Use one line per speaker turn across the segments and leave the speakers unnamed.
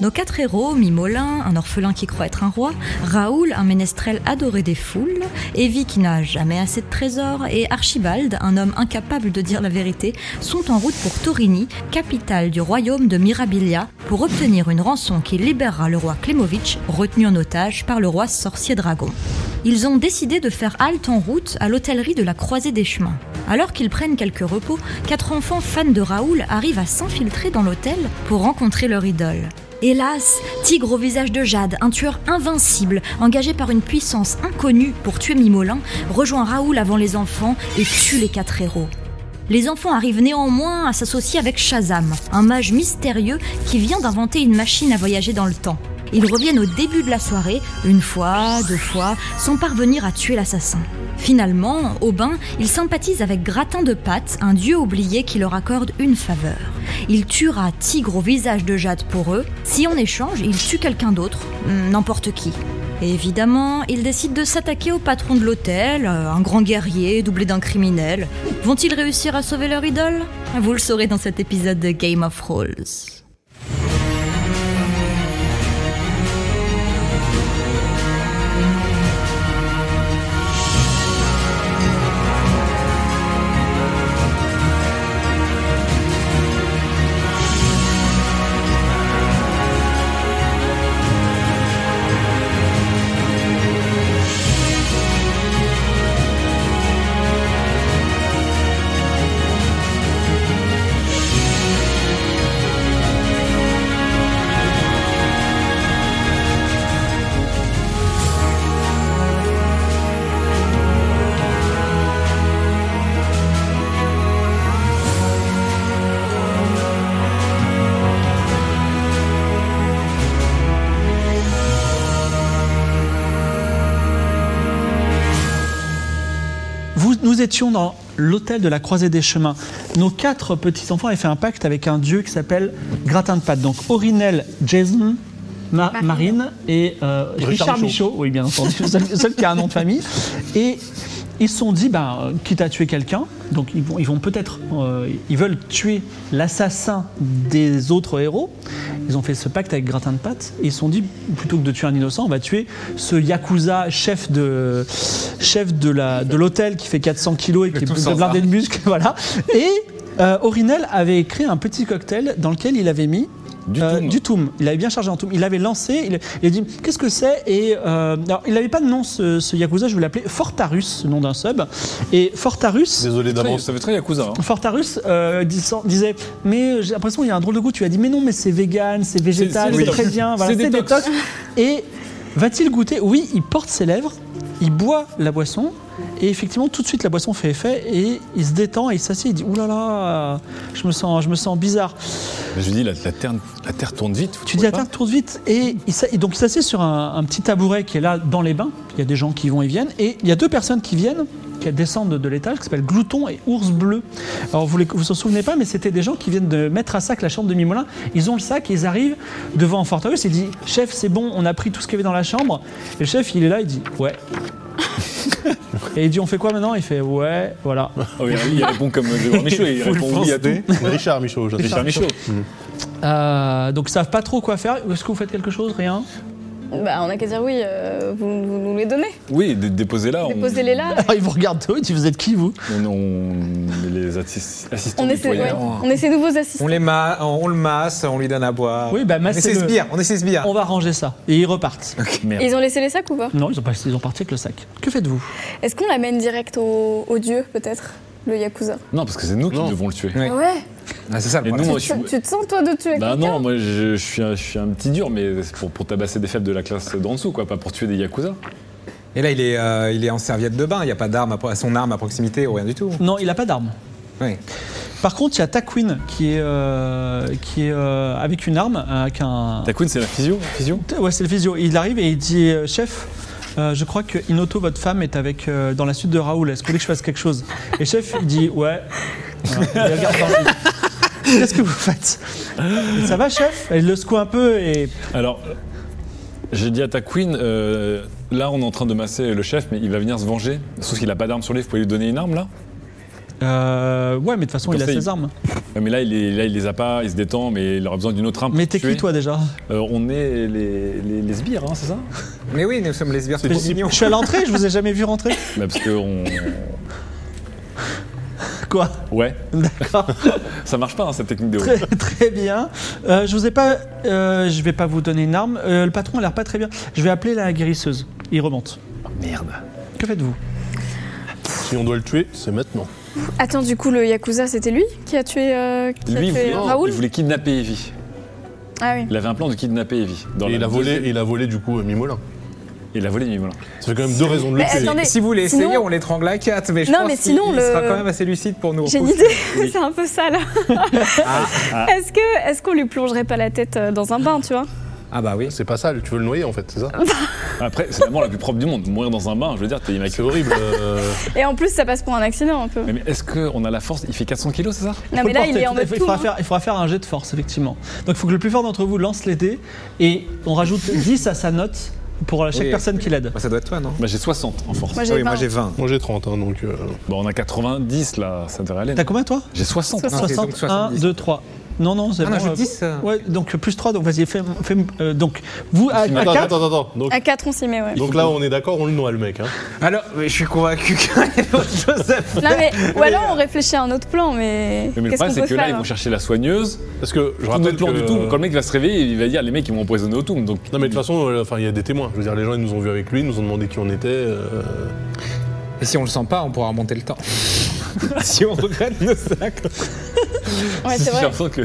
Nos quatre héros, Mimolin, un orphelin qui croit être un roi, Raoul, un ménestrel adoré des foules, Evie qui n'a jamais assez de trésors, et Archibald, un homme incapable de dire la vérité, sont en route pour Torini, capitale du royaume de Mirabilia, pour obtenir une rançon qui libérera le roi Klemovitch, retenu en otage par le roi sorcier dragon. Ils ont décidé de faire halte en route à l'hôtellerie de la Croisée des Chemins. Alors qu'ils prennent quelques repos, quatre enfants fans de Raoul arrivent à s'infiltrer dans l'hôtel pour rencontrer leur idole. Hélas, Tigre au visage de Jade, un tueur invincible, engagé par une puissance inconnue pour tuer Mimolin, rejoint Raoul avant les enfants et tue les quatre héros. Les enfants arrivent néanmoins à s'associer avec Shazam, un mage mystérieux qui vient d'inventer une machine à voyager dans le temps. Ils reviennent au début de la soirée, une fois, deux fois, sans parvenir à tuer l'assassin. Finalement, au bain, ils sympathisent avec Gratin de Pâte, un dieu oublié qui leur accorde une faveur. Il tuera Tigre au visage de Jade pour eux, si en échange, il tue quelqu'un d'autre, hmm, n'importe qui. Et évidemment, ils décident de s'attaquer au patron de l'hôtel, euh, un grand guerrier doublé d'un criminel. Vont-ils réussir à sauver leur idole Vous le saurez dans cet épisode de Game of Rolls.
Vous, nous étions dans l'hôtel de la Croisée des Chemins. Nos quatre petits-enfants avaient fait un pacte avec un dieu qui s'appelle Gratin de Pâte. Donc Orinel, Jason, Ma- Marine. et euh, Richard, Michaud. Oui, bien entendu, le seul, le seul qui a un nom de famille. Et ils se sont dit, ben, euh, quitte à tuer quelqu'un, donc ils vont, ils vont peut-être, euh, ils veulent tuer l'assassin des autres héros. Ils ont fait ce pacte avec Gratin de Pâte. Et ils se sont dit, plutôt que de tuer un innocent, on va tuer ce yakuza chef de chef de la de l'hôtel qui fait 400 kilos et qui
tout
est
sans
blindé de muscles, voilà. Et euh, Orinel avait écrit un petit cocktail dans lequel il avait mis
Du
euh,
tout.
du Toum. Il avait bien chargé en Toum. Il avait lancé, il, il a dit qu'est-ce que c'est Et euh, alors, il n'avait pas de nom, ce, ce Yakuza, je vais l'appeler Fortarus, ce nom d'un sub. Et Fortarus.
Désolé d'avance, ça fait très Yakuza. hein.
Fortarus euh, disant- disait mais j'ai l'impression qu'il y a un drôle de goût. Tu lui as dit mais non mais c'est vegan, c'est végétal,
c'est
c'est
détox.
très bien, voilà,
C'est
c'est
détox.
détox. Et va-t-il goûter Oui, il porte ses lèvres, il boit la boisson et effectivement tout de suite la boisson fait effet et il se détend et il s'assied. Il dit oulala, là là, je me sens, je me sens bizarre.
Mais je dis, la, la terre, la terre tourne vite. vous
Tu dis
trouvez
à
pas
terre, tourne vite. Et il s'a- et donc il s'assied sur un, un petit tabouret qui est là dans les bains. Il y a des gens qui vont et viennent. Et il y a deux personnes qui viennent, qui descendent de l'étage, qui s'appellent Glouton et Ours Bleu. Alors vous ne vous en souvenez pas, mais c'était des gens qui viennent de mettre à sac la chambre de Mimolin. Ils ont le sac, et ils arrivent devant Fortarus. Il dit Chef, c'est bon, on a pris tout ce qu'il y avait dans la chambre. Et le chef, il est là, il dit Ouais. et il dit On fait quoi maintenant Il fait Ouais, voilà.
Ah oui, il répond comme Grégoire Michaud, il
Full
répond oui à tout.
force.
Richard Michaud aujourd'hui.
Richard Michaud.
Euh, donc ils savent pas trop quoi faire. Est-ce que vous faites quelque chose Rien
Bah, on a qu'à dire oui, euh, vous, vous nous les donnez.
Oui, dé- déposez-la. on-
Déposez-les là.
Alors ils vous regardent tous, ils disent Vous êtes qui vous
On, on- les assis- assistants Ah,
On
du
est, ses,
foyer.
ouais, on est ses nouveaux assistants.
On, les ma- on le masse, on lui donne à boire.
Oui, bah,
on est ses
massez-le.
sbires, on est ses sbires.
On va ranger ça. Et ils repartent.
Merde.
Et Ils ont laissé les sacs ou pas
Non, ils ont, pas, ils ont parti avec le sac. Que faites-vous
Est-ce qu'on l'amène direct au, au dieu, peut-être Le Yakuza
Non, parce que c'est nous qui
Non.
devons le tuer.
Ouais.
Ah Ouais
Ah, c'est ça
Et
le
nous,
problème.
on-
tu, tu te sens, toi, de tuer
Bah
quelqu'un
non, moi je, je suis un, je suis un petit dur, mais c'est pour, pour tabasser des faibles de la classe d'en dessous, quoi, pas pour tuer des yakuza.
Et là, il est, euh, il est en serviette de bain, il n'y a pas d'arme à, pro- son arme à proximité ou rien du tout.
Non, il n'a pas d'arme.
Ouais.
Par contre, il y a Taquin qui est, euh, qui est euh, avec une arme, avec un.
Ta queen, c'est la physio, physio
Ouais, c'est le physio. Il arrive et il dit euh, Chef, euh, je crois que Inoto, votre femme, est avec euh, dans la suite de Raoul. Est-ce que vous voulez que je fasse quelque chose Et chef, il dit Ouais. Voilà. Il regarde par- il dit, Qu'est-ce que vous faites Ça va, chef Et Il le secoue un peu et.
Alors, euh, j'ai dit à ta queen, euh, là on est en train de masser le chef, mais il va venir se venger. Sauf qu'il a pas d'arme sur lui, vous pouvez lui donner une arme là
euh, ouais, mais de toute façon, il a
Comme ça,
ses
il-
armes.
Ouais, Mais là il, est- là, il les a pas, il se détend, mais il aura besoin d'une autre arme. pour
Mais t'es
tuer.
qui, toi, déjà
Euh, On est les, les, les sbires, hein, c'est ça
Mais oui, nous sommes les sbires
C'est
trop
possible.
mignons.
Je suis à l'entrée, je vous ai jamais vu rentrer.
Bah, Parce que on.
Quoi
Ouais,
D'accord.
ça marche pas hein, cette technique de.
Très, très bien. Euh, je vous ai pas. euh, je vais pas vous donner une arme. Euh, le patron a l'air pas très bien. Je vais appeler la guérisseuse. Il remonte.
Oh,
Merde.
Que faites-vous
Si on doit le tuer, c'est maintenant.
Attends, du coup, le Yakuza, c'était lui qui a tué, euh, qui a
Lui, il
tué
voulait,
euh, Raoul
il voulait kidnapper Evie.
Ah oui.
Il avait un plan de kidnapper Evie. Dans
Et
la
il a volé,
deuxième-
il a volé du coup à Mimolin.
Il a volé Mimolin.
Ça fait quand même deux raisons de le
Mais
tuer.
attendez,
Si vous voulez essayer,
Sinon-
on l'étrangle à 4, mais je
Non,
pense
mais sinon,
qu'il
le-
sera quand même assez lucide pour nous
J'ai une
repousser.
idée, c'est un peu ça là. Est-ce que est-ce qu'on lui plongerait pas la tête euh, dans un bain, tu vois
Ah bah oui.
C'est pas ça, tu veux le noyer en fait, c'est
Ah.
ça
Après, c'est la mort la plus propre du monde. Mourir dans un bain, je veux dire, t'es
C'est
immaculé.
horrible. euh,
Et en plus, ça passe pour un accident un peu.
Mais, mais est-ce qu'on a la force Il fait 400 kilos, c'est ça
Non,
Faut le
mais là, il
porter,
est en
tout à
mode
fait. il,
tout.
faudra
hein.
faire, il faudra faire un jet de force, effectivement. Donc il faut que le plus fort d'entre vous lance les dés et on rajoute 10 à sa note pour chaque
Oui.
personne qui l'aide.
Bah, ça doit être toi, non
Bah, j'ai 60 en force.
Moi,
Ah
j'ai
oui, moi
vingt.
j'ai 20.
Moi j'ai 30, hein, donc. euh,
Bon, on a 90 là, ça devrait aller.
T'as combien toi
J'ai 60.
Soixante.
c'est donc
1,
70.
2, 3. Non, non, c'est
Ah non,
bon,
je
euh,
dis, euh,
Ouais, donc plus 3, donc vas-y, fais. fais- euh, donc, vous,
Ah,
à, à
Attends,
quatre- Ah.
attends, attends. Donc,
hein. À 4, on s'y met, ouais.
donc là, on est d'accord, on le noie le mec. Hein.
Alors, mais je suis convaincu qu'il y a autre chose à faire.
Non, mais, ou alors on réfléchit à un autre plan, mais.
Mais le
Qu'est-ce qu'on
problème, c'est
peut
que là,
faire hein
ils vont chercher la soigneuse.
Parce que je
Je tout
rappelle
notre plan
que-
du tout. Quand le mec va se réveiller, il va dire les mecs, ils m'ont empoisonné au tout. Donc,
Non mais de toute façon, euh, enfin il y a des témoins. Je veux dire, les gens ils nous ont vus avec lui, ils nous ont demandé qui on était. euh,
Et si on le sent pas, on pourra remonter le temps. si on regrette nos actes.
Ouais, c'est
j'ai
vrai.
l'impression que.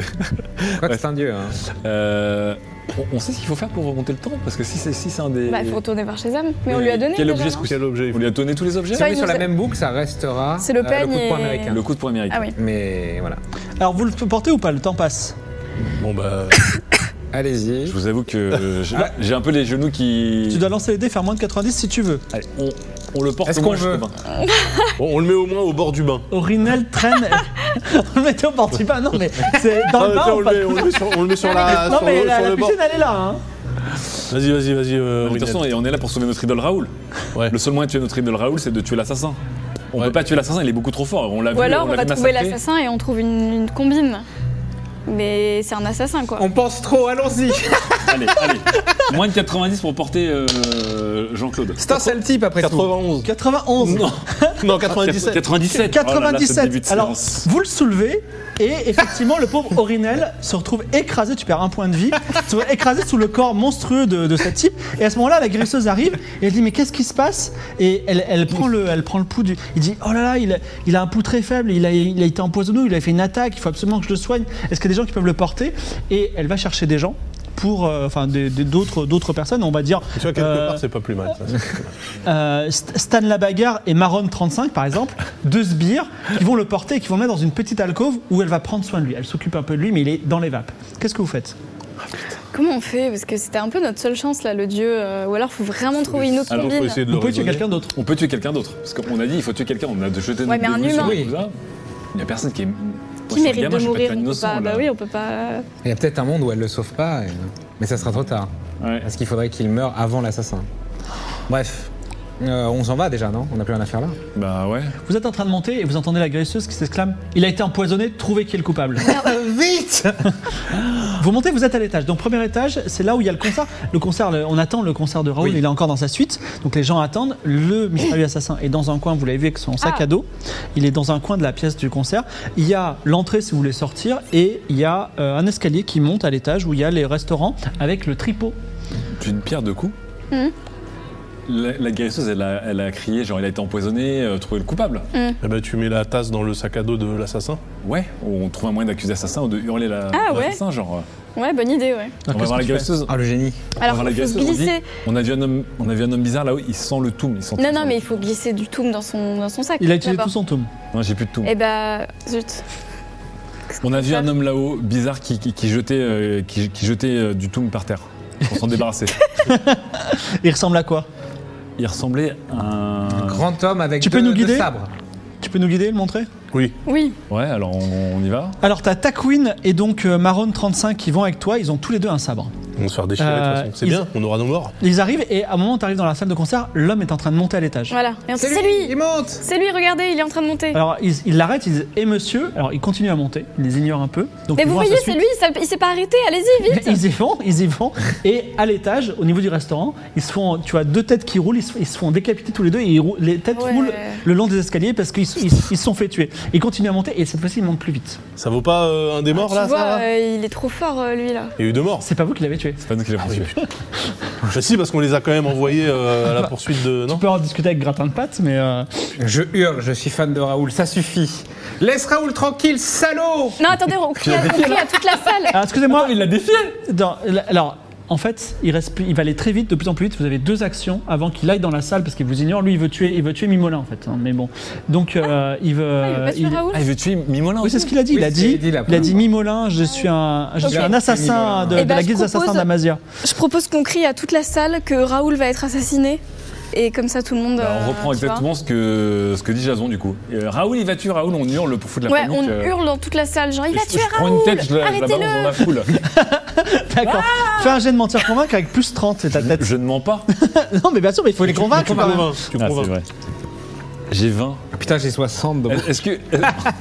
Quoi que c'est un dieu. hein.
Euh, on, on sait ce qu'il faut faire pour remonter le temps Parce que si c'est si c'est un des.
Bah, il faut retourner voir chez Zam. Mais on lui a donné.
Quel
déjà,
objet ce
non
coup-ci
Quel objet il
On lui a donné tous les objets
Si on
Soit
est
il
sur
nous
la
a-
même boucle, ça restera euh,
C'est le
coup de
peigne
poing
et-
américain.
Le coup de poing américain.
Ah oui.
Mais voilà.
Alors, vous le portez ou pas Le temps passe.
faut- Bon bah,
Je
Allez-y.
vous avoue que euh, j'ai j'ai un peu les genoux qui.
Tu dois lancer les dés, faire moins de 90 si tu veux.
Allez, on, on le porte
Est-ce
au moins
qu'on veut
jusqu'au bain.
bon, on le met au moins au bord du bain.
Orinel traîne. on le mettait au portier, pas non, mais c'est dans
Ah,
le
tiens,
bain
on,
ou
le
pas
met, on le met sur, on le met sur la,
Non,
sur
mais
le,
la,
sur
la
le bord.
piscine, elle est là. hein.
Vas-y, vas-y, vas-y. euh,
De toute façon,
Rinel.
et on est là pour sauver notre idole Raoul.
Ouais.
Le seul moyen de tuer notre idole Raoul, c'est de tuer l'assassin. On
Ouais.
peut pas tuer l'assassin, il est beaucoup trop fort. On l'a
Ou
vu,
alors
on
on
l'a
va
vu
trouver
massacrer.
l'assassin et on trouve une, une combine. Mais c'est un assassin, quoi.
On pense trop, allons-y.
Allez, allez. Moins de 90 pour porter euh, Jean-Claude.
C'est un sale type après tout.
91.
91.
Non,
Non, 97.
97. Oh là là, ce
97.
début de
Alors,
séance.
vous le soulevez et effectivement, le pauvre Orinel se retrouve écrasé. Tu perds un point de vie. se retrouve écrasé sous le corps monstrueux de, de ce type. Et à ce moment-là, la guérisseuse arrive et elle dit mais qu'est-ce qui se passe Et elle, elle prend le, elle prend le pouls du. Il dit oh là là, il a, il a un pouls très faible. Il a, il a été empoisonné. Il a fait une attaque. Il faut absolument que je le soigne. Est-ce qu'il y a des gens qui peuvent le porter Et elle va chercher des gens pour, euh, enfin, des- des- d'autres, d'autres personnes. On va dire.
Tu vois, quelque
euh,
part, c'est pas plus mal. ça.
euh, St- Stan Labagarre et Maron 35 par exemple, deux sbires qui vont le porter et qui vont le mettre dans une petite alcôve où elle va prendre soin de lui. Elle s'occupe un peu de lui mais il est dans les vapes. Qu'est-ce que vous faites
Comment on fait Parce que c'était un peu notre seule chance, là, le dieu. euh, Ou alors faut vraiment trouver une autre
Alors, faut
combine.
essayer de le
Vous pouvez tuer
raisonner.
quelqu'un d'autre.
On peut tuer quelqu'un d'autre. Parce qu'on a dit, il faut tuer quelqu'un. On a de jeter
Ouais, mais un
dévolu sur
humain.
le cousin. Il n'y a personne qui est.
Qui mérite de mourir on peut
innocent,
pas-
là.
Bah oui, on peut pas.
Il y a peut-être un monde où elle le sauve pas, et- mais ça sera trop tard.
Ouais.
Parce qu'il faudrait qu'il meure avant l'assassin. Bref. Euh, on s'en va déjà, non On n'a plus rien à faire là.
Bah ouais.
Vous êtes en train de monter et vous entendez la graisseuse qui s'exclame Il a été empoisonné, trouvez qui est le coupable.
Ah, vite
vous montez, vous êtes à l'étage. Donc premier étage, c'est là où il y a le concert. Le concert, le- on attend le concert de Raoul,
Oui.
il est encore dans sa suite. Donc les gens attendent. Le mystérieux assassin est dans un coin, vous l'avez vu avec son sac
Ah.
à dos. Il est dans un coin de la pièce du concert. Il y a l'entrée si vous voulez sortir et il y a euh, un escalier qui monte à l'étage où il y a les restaurants avec le tripot.
D'une pierre deux coups.
Mhm.
La, la guérisseuse, elle a, elle a crié, genre, il a été empoisonné, euh, trouvez le coupable.
Eh ben, tu mets la tasse dans le sac à dos de l'assassin.
Ouais, ou on trouve un moyen d'accuser l'assassin ou de hurler la-
Ah ouais.
l'assassin, genre. euh,
Ouais, bonne idée, ouais.
On va voir la guérisseuse.
Ah, le génie.
Alors
on va
faut,
voir la
faut se
guérisseuse, on dit,
glisser.
on a vu un homme, on a vu un homme bizarre là-haut, il sent le toum, il sent.
Non, non, mais il faut glisser du toum dans son, dans son sac.
Il a utilisé
d'abord.
tout son tome.
Non, j'ai plus de toum.
Eh bah, zut. Qu'est-ce qu'on
On a vu
peut
un
faire
homme là-haut, bizarre, qui, qui- qui jetait, euh, qui, qui jetait euh, du toum par terre pour s'en débarrasser.
Il ressemble à quoi
Il ressemblait à un...
Grand homme avec
Tu
deux,
peux nous
deux
guider
sabres.
Tu peux nous guider, le montrer
Oui.
Oui,
Ouais, alors on, on y va.
Alors, t'as Taquin et donc euh, Marone35 qui vont avec toi. Ils ont tous les deux un sabre.
On va se faire déchirer de toute
Euh,
façon. C'est
ils-
bien, on aura nos morts.
Ils arrivent et à un moment, t'arrives dans la salle de concert. L'homme est en train de monter à l'étage.
voilà. Et on- C'est lui
Il monte
C'est lui, regardez, il est en train de monter.
Alors, ils ils l'arrêtent. Ils disent Et monsieur Alors, il continue à monter. Ils les ignorent un peu. Donc,
Mais
ils
vous
vont à sa
voyez,
suite.
c'est lui, ça- il s'est pas arrêté, allez-y, vite
Ils y vont, ils y vont. Et à l'étage, au niveau du restaurant, ils se font, tu vois, deux têtes qui roulent, ils se, ils se font décapiter tous les deux et ils roulent- les têtes
Ouais.
roulent le long des escaliers parce qu'ils se- ils se ils se sont fait tuer. Ils continuent à monter et cette fois-ci, ils montent plus vite.
Ça vaut pas euh, un des morts
Tu
là,
vois,
ça
euh, il est trop fort, euh, lui, là.
Il y a eu deux morts.
C'est pas vous qui l'avez tué.
C'est pas nous qui l'avons tué.
Bah si, parce qu'on les a quand même envoyés euh, à la poursuite de.
On
Non
peut en discuter avec Gratin de Pâte, mais. euh,
Je hurle, je suis fan de Raoul, ça suffit. Laisse Raoul tranquille, salaud
Non, attendez, on crie, à, on crie à toute la salle.
Alors, Ah, excusez-moi.
Il l'a défié
Dans- la- Alors, en fait, il, reste, plus- il va aller très vite, de plus en plus vite. Vous avez deux actions avant qu'il aille dans la salle parce qu'il vous ignore. Lui, il veut tuer, il veut tuer Mimolin, en fait. hein, mais bon. Donc, euh, il veut.
il veut pas tuer
il-
Raoul
Ah, il veut tuer Mimolin
Oui, c'est ce qu'il a dit.
Oui,
il a
c'est ce qu'il
dit,
a dit, là,
il a dit
vraiment.
Mimolin, je suis un, je suis
Ok.
un assassin
Mimolin.
de,
Eh
de
ben,
la
je
guise assassin
propose-
d'Amazia.
Je propose qu'on crie à toute la salle que Raoul va être assassiné. Et comme ça, tout le monde.
Bah, on
euh,
reprend
tu vois.
exactement ce que, ce que dit Jason du coup. Euh, Raoul, il va tuer Raoul, on hurle pour foutre la
Ouais,
panique.
on
euh,
hurle dans toute la salle, genre il
et
va
je,
tuer
je prends
Raoul
une tête, je la, je la balance dans la
Arrêtez-le
foule.
D'accord.
Ah
Fais un jet de mentir convaincre avec plus 30, c'est ta tête.
je ne mens pas.
Non, mais bien sûr, mais il faut les convaincre.
Tu
quand même.
convaincs, tu
Ah,
convaincs.
c'est vrai. Ah, J'ai Ah, 20.
Putain, j'ai 60, donc...
Est-ce que.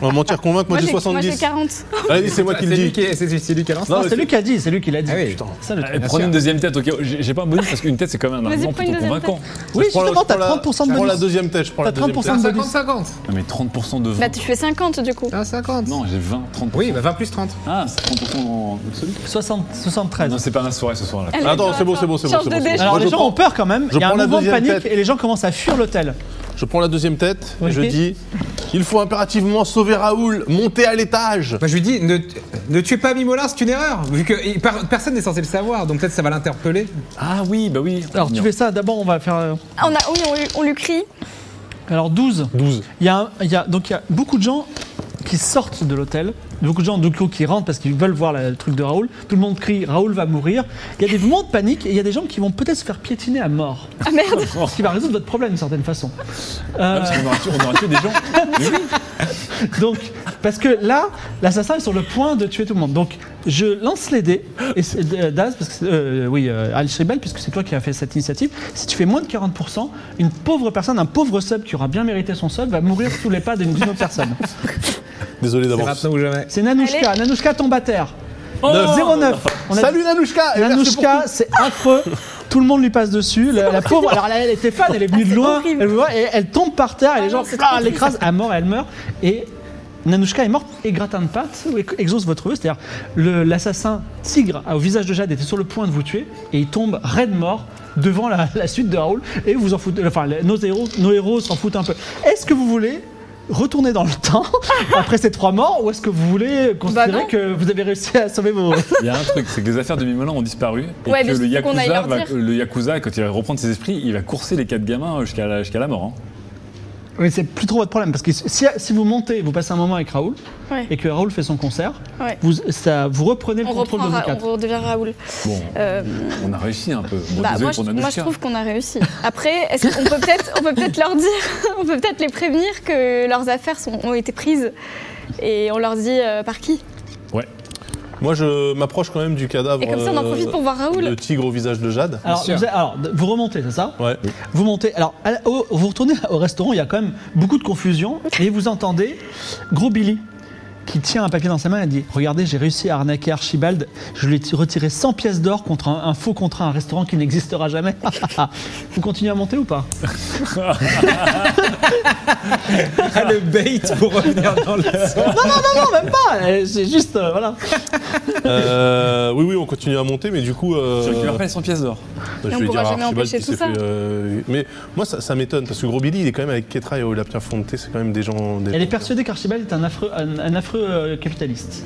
On va mentir, convaincre, moi j'ai
Moi j'ai
70.
40.
Allez, c'est moi qui le
C'est lui
dis.
qui- C'est c'est lui qui a lancé
Non,
Non, c'est lui qui a dit, c'est lui qui l'a dit.
Ah oui.
Putain, ça, le truc.
Euh, Prenez une deuxième tête, ok. J'ai j'ai pas un bonus parce qu'une tête c'est quand même un
Vas-y,
argument
prends une
plutôt
deuxième
convaincant.
Oui,
Je prends
justement,
la- je prends
t'as
la-
30% de
Je prends la
bonus.
deuxième tête, je prends
T'as
la deuxième
30%
tête.
Un
de
50-50
Ah, mais 30% de 20.
Bah tu fais 50 du coup.
Un 50
Non, j'ai 20, 30%.
Ah, Oui, bah 20 plus 30.
Ah, c'est 30% en absolu.
60, 73.
Non, c'est pas ma soirée ce soir-là.
Allez,
Attends, c'est bon,
attends,
c'est bon, c'est bon.
change
c'est
de
bon, c'est
dé,
bon.
Alors
Moi,
les
je
gens
prends-
ont peur quand même,
je
il y a un
prends la
mouvement de
deuxième
panique
tête.
et les gens commencent à fuir l'hôtel.
Je prends la deuxième tête
Ok.
et je dis il faut impérativement sauver Raoul, monter à l'étage.
Bah, je lui dis, ne, ne tuez pas Mimolin, c'est une erreur, vu que il- par- personne n'est censé le savoir, donc peut-être ça va l'interpeller.
Ah oui, bah oui.
Alors tu
Non.
fais ça, d'abord on va faire... euh,
Ah, On a, oui, on, lui- on lui crie.
Alors 12.
12.
Il y a, un- il y a- donc il y a beaucoup de gens qui sortent de l'hôtel, beaucoup de gens du coup qui rentrent parce qu'ils veulent voir la- le truc de Raoul. Tout le monde crie Raoul va mourir. Il y a des moments de panique et il y a des gens qui vont peut-être se faire piétiner à mort.
Ah merde
Ce qui va résoudre votre problème d'une certaine façon.
Ah,
Euh,
parce qu'on aura tué- on aura tué des gens.
donc, parce que là, l'assassin est sur le point de tuer tout le monde. Donc, je lance les dés. Et c'est- euh, Daz, parce que c'est- euh, oui, euh, Al Shebel, puisque c'est toi qui as fait cette initiative. Si tu fais moins de 40%, une pauvre personne, un pauvre sub qui aura bien mérité son sub, va mourir sous les pas d'une d'une autre personne.
Désolé
C'est
d'avance.
maintenant ou jamais.
C'est Nanouchka. Nanouchka tombe à terre.
Oh Neuf.
09. On a-
Salut Nanouchka et merci pour
Nanouchka, c'est affreux. Tout le monde lui passe dessus. La, la pauvre, alors elle, elle était fan, elle est venue de loin. Elle,
Ah, horrible.
le voit et elle tombe par terre et les
Ah
gens
non, c'est
ah,
trop
elle l'écrasent à mort et elle meurt. Et Nanouchka est morte et gratin de pâte exauce votre vœu. C'est-à-dire, le- l'assassin tigre au visage de Jade était sur le point de vous tuer et il tombe raide mort devant la, la suite de Raoul et vous en foutez. Enfin, les- nos héros, nos héros s'en foutent un peu. Est-ce que vous voulez retourner dans le temps après ces trois morts ou est-ce que vous voulez considérer
non.
que vous avez réussi à sauver vos
Il y a un truc, c'est que les affaires de Mimolin ont disparu. Et
Ouais,
que
mais
le
il faut qu'on aille
Yakuza,
leur
va-
dire.
le Yakuza, quand il va reprendre ses esprits, il va courser les quatre gamins jusqu'à la, jusqu'à la mort. hein.
Oui, c'est plus trop votre problème parce que si, si vous montez, vous passez un moment avec Raoul
Ouais.
et que Raoul fait son concert,
Ouais.
vous, ça, vous reprenez le
On
contrôle
reprend,
de vous
Ra-
quatre.
on redevient Raoul.
Bon,
Euh,
on a réussi un peu. Bon,
bah,
désolé
moi, je,
pour
moi, je
Nanouchka.
trouve qu'on a réussi. Après, est-ce qu'on peut peut-être, on peut peut-être leur dire, on peut peut-être les prévenir que leurs affaires sont, ont été prises et on leur dit euh, par qui.
Moi, je m'approche quand même du cadavre. euh,
Et comme ça, on en profite pour voir Raoul.
Euh,
Le tigre au visage de Jade.
Alors,
sûr.
vous, alors, vous remontez, c'est ça
Ouais.
Vous montez. Alors, à la- au- vous retournez au restaurant, il y a quand même beaucoup de confusion et vous entendez Gros Billy qui tient un papier dans sa main et dit Regardez, j'ai réussi à arnaquer Archibald. Je lui ai t- retiré 100 pièces d'or contre un, un faux contrat à un restaurant qui n'existera jamais. vous continuez à monter ou pas
Ah, le bait pour revenir dans le sang.
Non, non, non, non, même pas Euh, C'est juste. euh, voilà.
Euh, oui, oui, on continue à monter, mais du coup. euh, bah,
Tu récupères pas les 100 pièces d'or.
Je
Et on
vais dire
pourra
à
jamais
Archibald
empêcher
qui
tout
s'est
ça.
fait, euh, Mais moi, ça, ça m'étonne parce que Gros Billy, il est quand même avec Ketra et Olapia Fonte. C'est quand même des gens. Des
Elle est
gens-
persuadée qu'Archibald est un affreux, un, un affreux euh, capitaliste.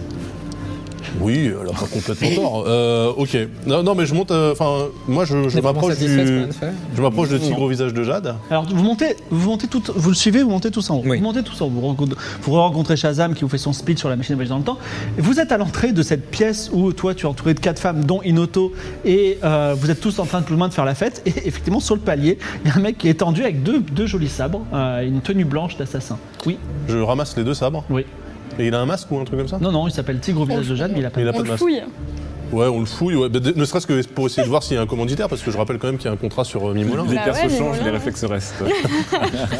Oui, elle a pas complètement tort. Euh, ok. Non, non, mais je monte. euh, Enfin, moi, je, je
T'es vraiment
m'approche
satisfait de ce qu'on
du.
vient de faire
Je m'approche de Tigre au visage de Jade.
Alors vous montez, vous montez tout, vous le suivez, vous montez tous en haut.
Oui.
Vous montez tous en haut. Vous rencontrez, vous rencontrez Shazam qui vous fait son speech sur la machine à voyager dans le temps. Et vous êtes à l'entrée de cette pièce où toi tu es entouré de quatre femmes, dont Inoto, et euh, vous êtes tous en train de plus ou moins de faire la fête. Et effectivement sur le palier, il y a un mec qui est tendu avec deux, deux jolis sabres, euh, une tenue blanche d'assassin. Oui,
Je ramasse les deux sabres.
oui.
Et il a un masque ou un truc comme ça
Non non, il s'appelle Tigre au visage de Jeanne, mais il a pas.
Il a
On
pas de
le
masque.
fouille.
Ouais, on le fouille. ouais. Bah, d- Ne serait-ce que pour essayer de voir s'il y a un commanditaire, parce que je rappelle quand même qu'il y a un contrat sur euh, Mimolin.
Les
Bah
persos
ouais, mais
changent,
voilà.
les réflexes restent.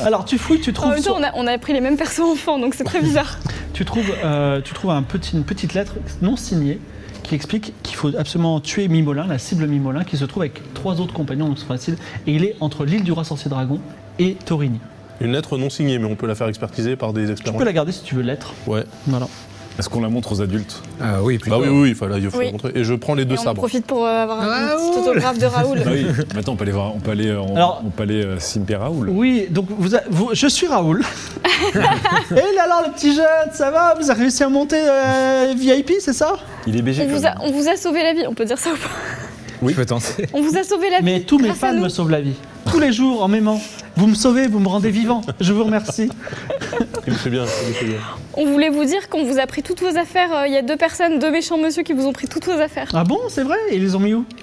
Alors tu fouilles, tu
En
trouves.
même
sur-
temps, on a, on a pris les mêmes persos enfants, donc c'est très bizarre.
Tu trouves, euh, tu trouves un petit- une petite lettre non signée qui explique qu'il faut absolument tuer Mimolin, la cible Mimolin, qui se trouve avec trois autres compagnons, donc c'est facile. Et il est entre l'île du roi sorcier dragon et Torini.
Une lettre non signée, mais on peut la faire expertiser par des
Tu
experts.
peux la garder si tu veux, lettre.
Ouais.
Voilà.
Est-ce qu'on la montre aux adultes
Ah oui, puis
Bah oui, oui, il fallait, il faut
Oui.
la montrer. Et je prends les deux
Et on en
sabres.
profite pour euh, avoir un
Raoul
petit autographe de Raoul.
Bah oui, mais attends, on peut aller voir, on peut aller, euh, on,
Alors-
on peut aller euh, simper Raoul.
Oui, donc vous, a- vous- je suis Raoul. et là, alors, le petit jeune, ça va Vous avez réussi à monter euh, VIP, c'est ça
Il est BG.
On
quand
vous,
même.
a, on vous a sauvé la vie, on peut dire ça ou pas
oui. Je peux tenter.
On vous a sauvé la vie.
Mais tous mes
grâce à
fans
nous.
me sauvent la vie. Tous les jours, en m'aimant. Vous me sauvez, vous me rendez vivant. Je vous remercie.
Il le fait bien, il le fait bien.
On voulait vous dire qu'on vous a pris toutes vos affaires. euh, Il y a deux personnes, deux méchants monsieur qui vous ont pris toutes vos affaires.
Ah bon, c'est vrai Ils les ont mis où
Ah.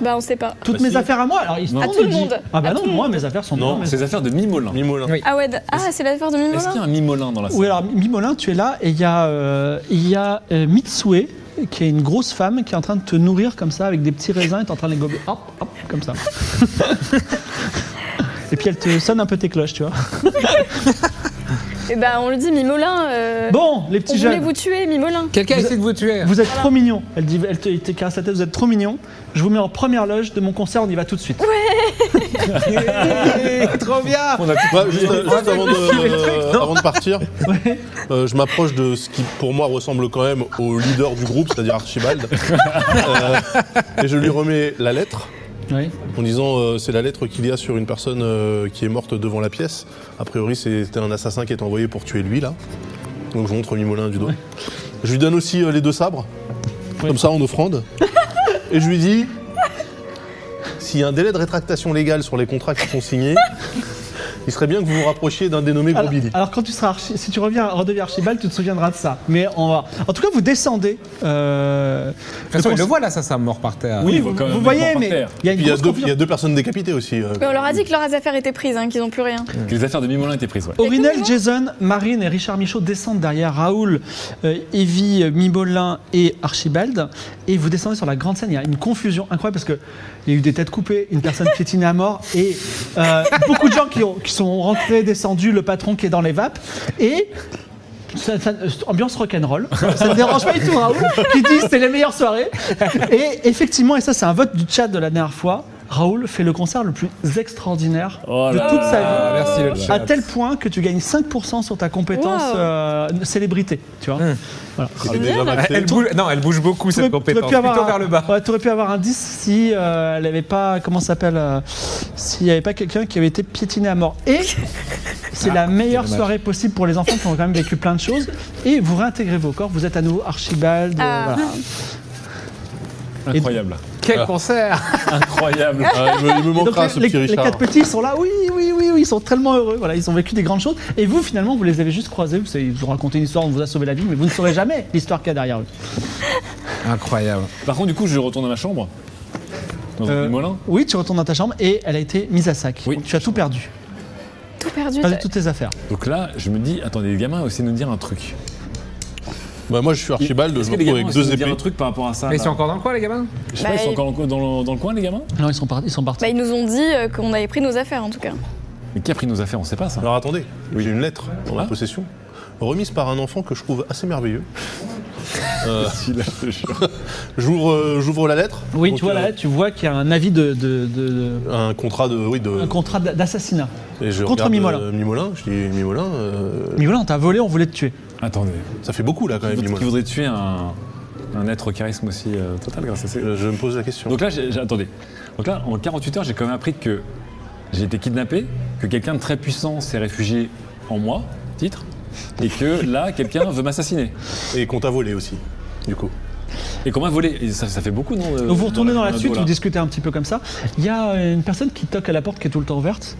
Bah on sait pas.
Toutes
Bah,
mes
si.
affaires à moi alors ils se
Non.
trompent,
À tout le
il dit-
monde.
Ah bah
À tout
non,
le
moi
monde.
mes affaires sont
Non,
dedans, mais-
C'est les affaires de Mimolin.
Mimolin.
Oui.
Ah ouais, d- ah c'est l'affaire de
Est-ce
Mimolin
qu'il y a un Mimolin dans la salle
Oui alors Mimolin tu es là et il y a, euh, il y a euh, Mitsue qui est une grosse femme qui est en train de te nourrir comme ça avec des petits raisins et t'es en train de les gober hop hop comme ça. et puis elle te sonne un peu tes cloches tu vois.
Et bah on lui dit Mimolin. euh,
Bon les
on
petits
voulait
jeunes.
vous tuer, Mimolin.
Quelqu'un essaie de vous tuer.
Vous êtes trop mignons. Elle, dit, elle te, elle te caresse la tête, vous êtes trop mignons. Je vous mets en première loge de mon concert, on y va tout de suite.
Trop bien
On a tout-
Ouais, juste, euh, juste avant, de, euh, avant de partir,
Ouais.
euh, je m'approche de ce qui pour moi ressemble quand même au leader du groupe, c'est-à-dire Archibald, Euh, et je lui remets la lettre
Ouais.
en disant euh, c'est la lettre qu'il y a sur une personne euh, qui est morte devant la pièce. A priori c'était un assassin qui est envoyé pour tuer lui là. Donc je montre Mimolin du doigt. Je lui donne aussi euh, les deux sabres,
Ouais.
comme ça en offrande, et je lui dis s'il y a un délai de rétractation légale sur les contrats qui sont signés. Il serait bien que vous vous rapprochiez d'un dénommé Gros
Alors,
Billy.
alors quand tu seras archi- si tu reviens redeviens Archibald, tu te souviendras de ça. Mais on va. En tout cas, vous descendez. euh,
De toute façon,
le
il le
conce-
voit l'assassin mort par terre.
Oui,
hein, il
vous,
voit quand même
vous
des
voyez,
morts par
mais
terre.
il y a une
Puis Il y, a
grosse
deux, il y
confiance.
a deux personnes décapitées aussi. euh.
Mais on leur a dit que leurs affaires étaient prises, hein, qu'ils n'ont plus rien.
Les affaires de Mimolin étaient prises, ouais.
Orinel, Jason, Marine et Richard Michaud descendent derrière Raoul, euh, Evie, euh, Mibolin et Archibald. Et vous descendez sur la grande scène. Il y a une confusion incroyable parce qu'il y a eu des têtes coupées, une personne piétinée à mort et euh, beaucoup de gens qui, ont- qui sont rentrés, descendus, le patron qui est dans les vapes. Et. ça- ça- euh, ambiance rock'n'roll. Ça ne dérange pas du tout Raoul qui dit c'est les meilleures soirées. Et effectivement, et ça c'est un vote du chat de la dernière fois, Raoul fait le concert le plus extraordinaire
Oh
de
là
toute sa vie.
Ah, merci le chat.
À tel point que tu gagnes 5% sur ta compétence
Wow.
euh, célébrité, tu vois.
Hum.
C'est déjà
Elle,
maxé.
elle bouge, non, elle bouge beaucoup
T'aurais-
cette compétence.
t'aurais pu
Plutôt hein.
avoir un-
vers le bas.
Ouais, t'aurais pu avoir un 10 si euh, elle n'avait pas, comment ça s'appelle, euh, s'il n'y avait pas quelqu'un qui avait été piétiné à mort. Et c'est la meilleure
Ah, dommage.
soirée possible pour les enfants qui ont quand même vécu plein de choses. Et vous réintégrez vos corps, vous êtes à nouveau Archibald. euh,
Ah.
voilà.
Incroyable.
Quel concert
Incroyable.
Ah, il, me, il me
Et donc,
manquera ce
les,
petit
les- les
Richard.
quatre petits ils sont là, oui, oui, oui, oui, ils sont tellement heureux. Voilà, ils ont vécu des grandes choses. Et vous, finalement, vous les avez juste croisés. Vous savez, ils vous raconté une histoire, on vous a sauvé la vie, mais vous ne saurez jamais l'histoire qu'il y a derrière eux.
Incroyable.
Par contre, du coup, je retourne à ma chambre. Dans
Euh,
un Mimolin.
Oui, tu retournes dans ta chambre et elle a été mise à sac.
Oui.
Donc, tu as tout perdu.
Tout perdu.
Perdu toutes tes affaires.
Donc là, je me dis, attendez, les gamins aussi nous dire un truc.
Bah, moi, je suis Archibald,
Est-ce
je
que
me
les
retrouve
gamins
avec
aussi nous
deux
dire
épées.
un truc par rapport à ça
Mais ils
là
sont encore dans le coin, les gamins
Je sais pas,
Bah,
ils sont
ils-
encore en- dans le, dans le coin, les gamins
Non, ils sont, par- ils sont partis.
Bah, ils nous ont dit euh, qu'on avait pris nos affaires en tout cas.
Mais qui a pris nos affaires On sait pas ça.
Alors attendez, j'ai une lettre dans ma
Ah.
possession, remise par un enfant que je trouve assez merveilleux. Euh,
Si, là, je te jure.
J'ouvre euh, j'ouvre la lettre.
oui,
Donc,
tu vois
euh,
là, tu vois qu'il y a un avis de, de- de- de-
Un contrat de. Oui, de.
un contrat d'a- d'assassinat.
et je
contre
regarde,
Mimolin.
euh, Mimolin. Je dis Mimolin, euh,
Mais voilà, on t'a volé, on voulait te tuer.
Attendez.
ça fait beaucoup là quand même,
Peut-être qu'il
Mimolin.
voudrait tuer un, un être au charisme aussi euh, total grâce à ces.
Euh, Je me pose la question.
Donc là, j'ai, j'ai- attendez. Donc là, en 48 heures, j'ai quand même appris que j'ai été kidnappé, que quelqu'un de très puissant s'est réfugié en moi, titre, et que là, quelqu'un veut m'assassiner.
Et qu'on t'a volé aussi, du coup.
Et comment voler Et ça, ça fait beaucoup, non euh, de-
Donc vous retournez dans la
un
suite,
ado,
vous
là.
discutez un petit peu comme ça. Il y a euh, une personne qui toque à la porte qui est tout le temps ouverte.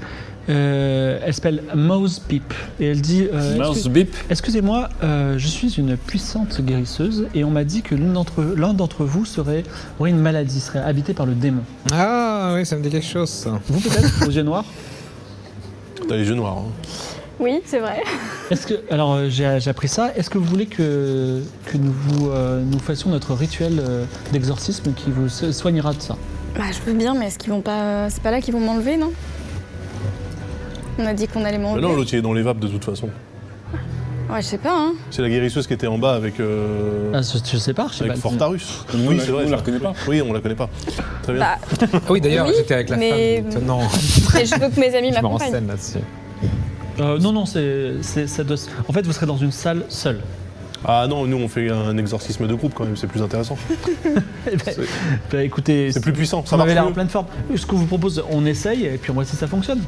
Euh, elle s'appelle Mouse Pip et elle dit euh,
Mouse
excuse-
bip.
Excusez-moi, euh, je suis une puissante guérisseuse et on m'a dit que l'une d'entre- l'un d'entre vous serait, aurait une maladie, serait habité par le démon.
Ah oui, ça me dit quelque chose. ça.
Vous peut-être, aux yeux noirs
T'as les yeux noirs. hein.
Oui, c'est vrai.
Est-ce que, alors euh, j'ai j'ai appris ça, est-ce que vous voulez que, que nous, vous, euh, nous fassions notre rituel euh, d'exorcisme qui vous so- soignera de ça
Bah, je veux bien, mais est-ce qu'ils vont pas. euh, C'est pas là qu'ils vont m'enlever, non On a dit qu'on allait
Mais
m'enlever.
non, l'autre il est dans les vapes de toute façon.
Ouais, je sais pas, hein.
C'est la guérisseuse qui était en bas avec. euh,
Ah, je, je sais pas, je sais
avec
pas.
Fortarus.
Nous, on la- on la
ça.
reconnaît pas.
Oui, on la connaît pas. Très bien.
Bah,
Ah oui, d'ailleurs,
Oui,
j'étais avec la
mais- euh,
femme. donc- Non,
mais je veux que mes amis
je me
m'accompagnent.
renseigne là-dessus.
Euh, non, non, c'est, c'est- ça doit se- En fait, vous serez dans une salle seule.
Ah non, nous on fait un exorcisme de groupe quand même, c'est plus intéressant.
Bah, écoutez,
C'est plus puissant,
ça
ça
m'avait
marche
l'air en
mieux.
pleine forme. Ce qu'on vous propose, on essaye et puis on voit si ça fonctionne.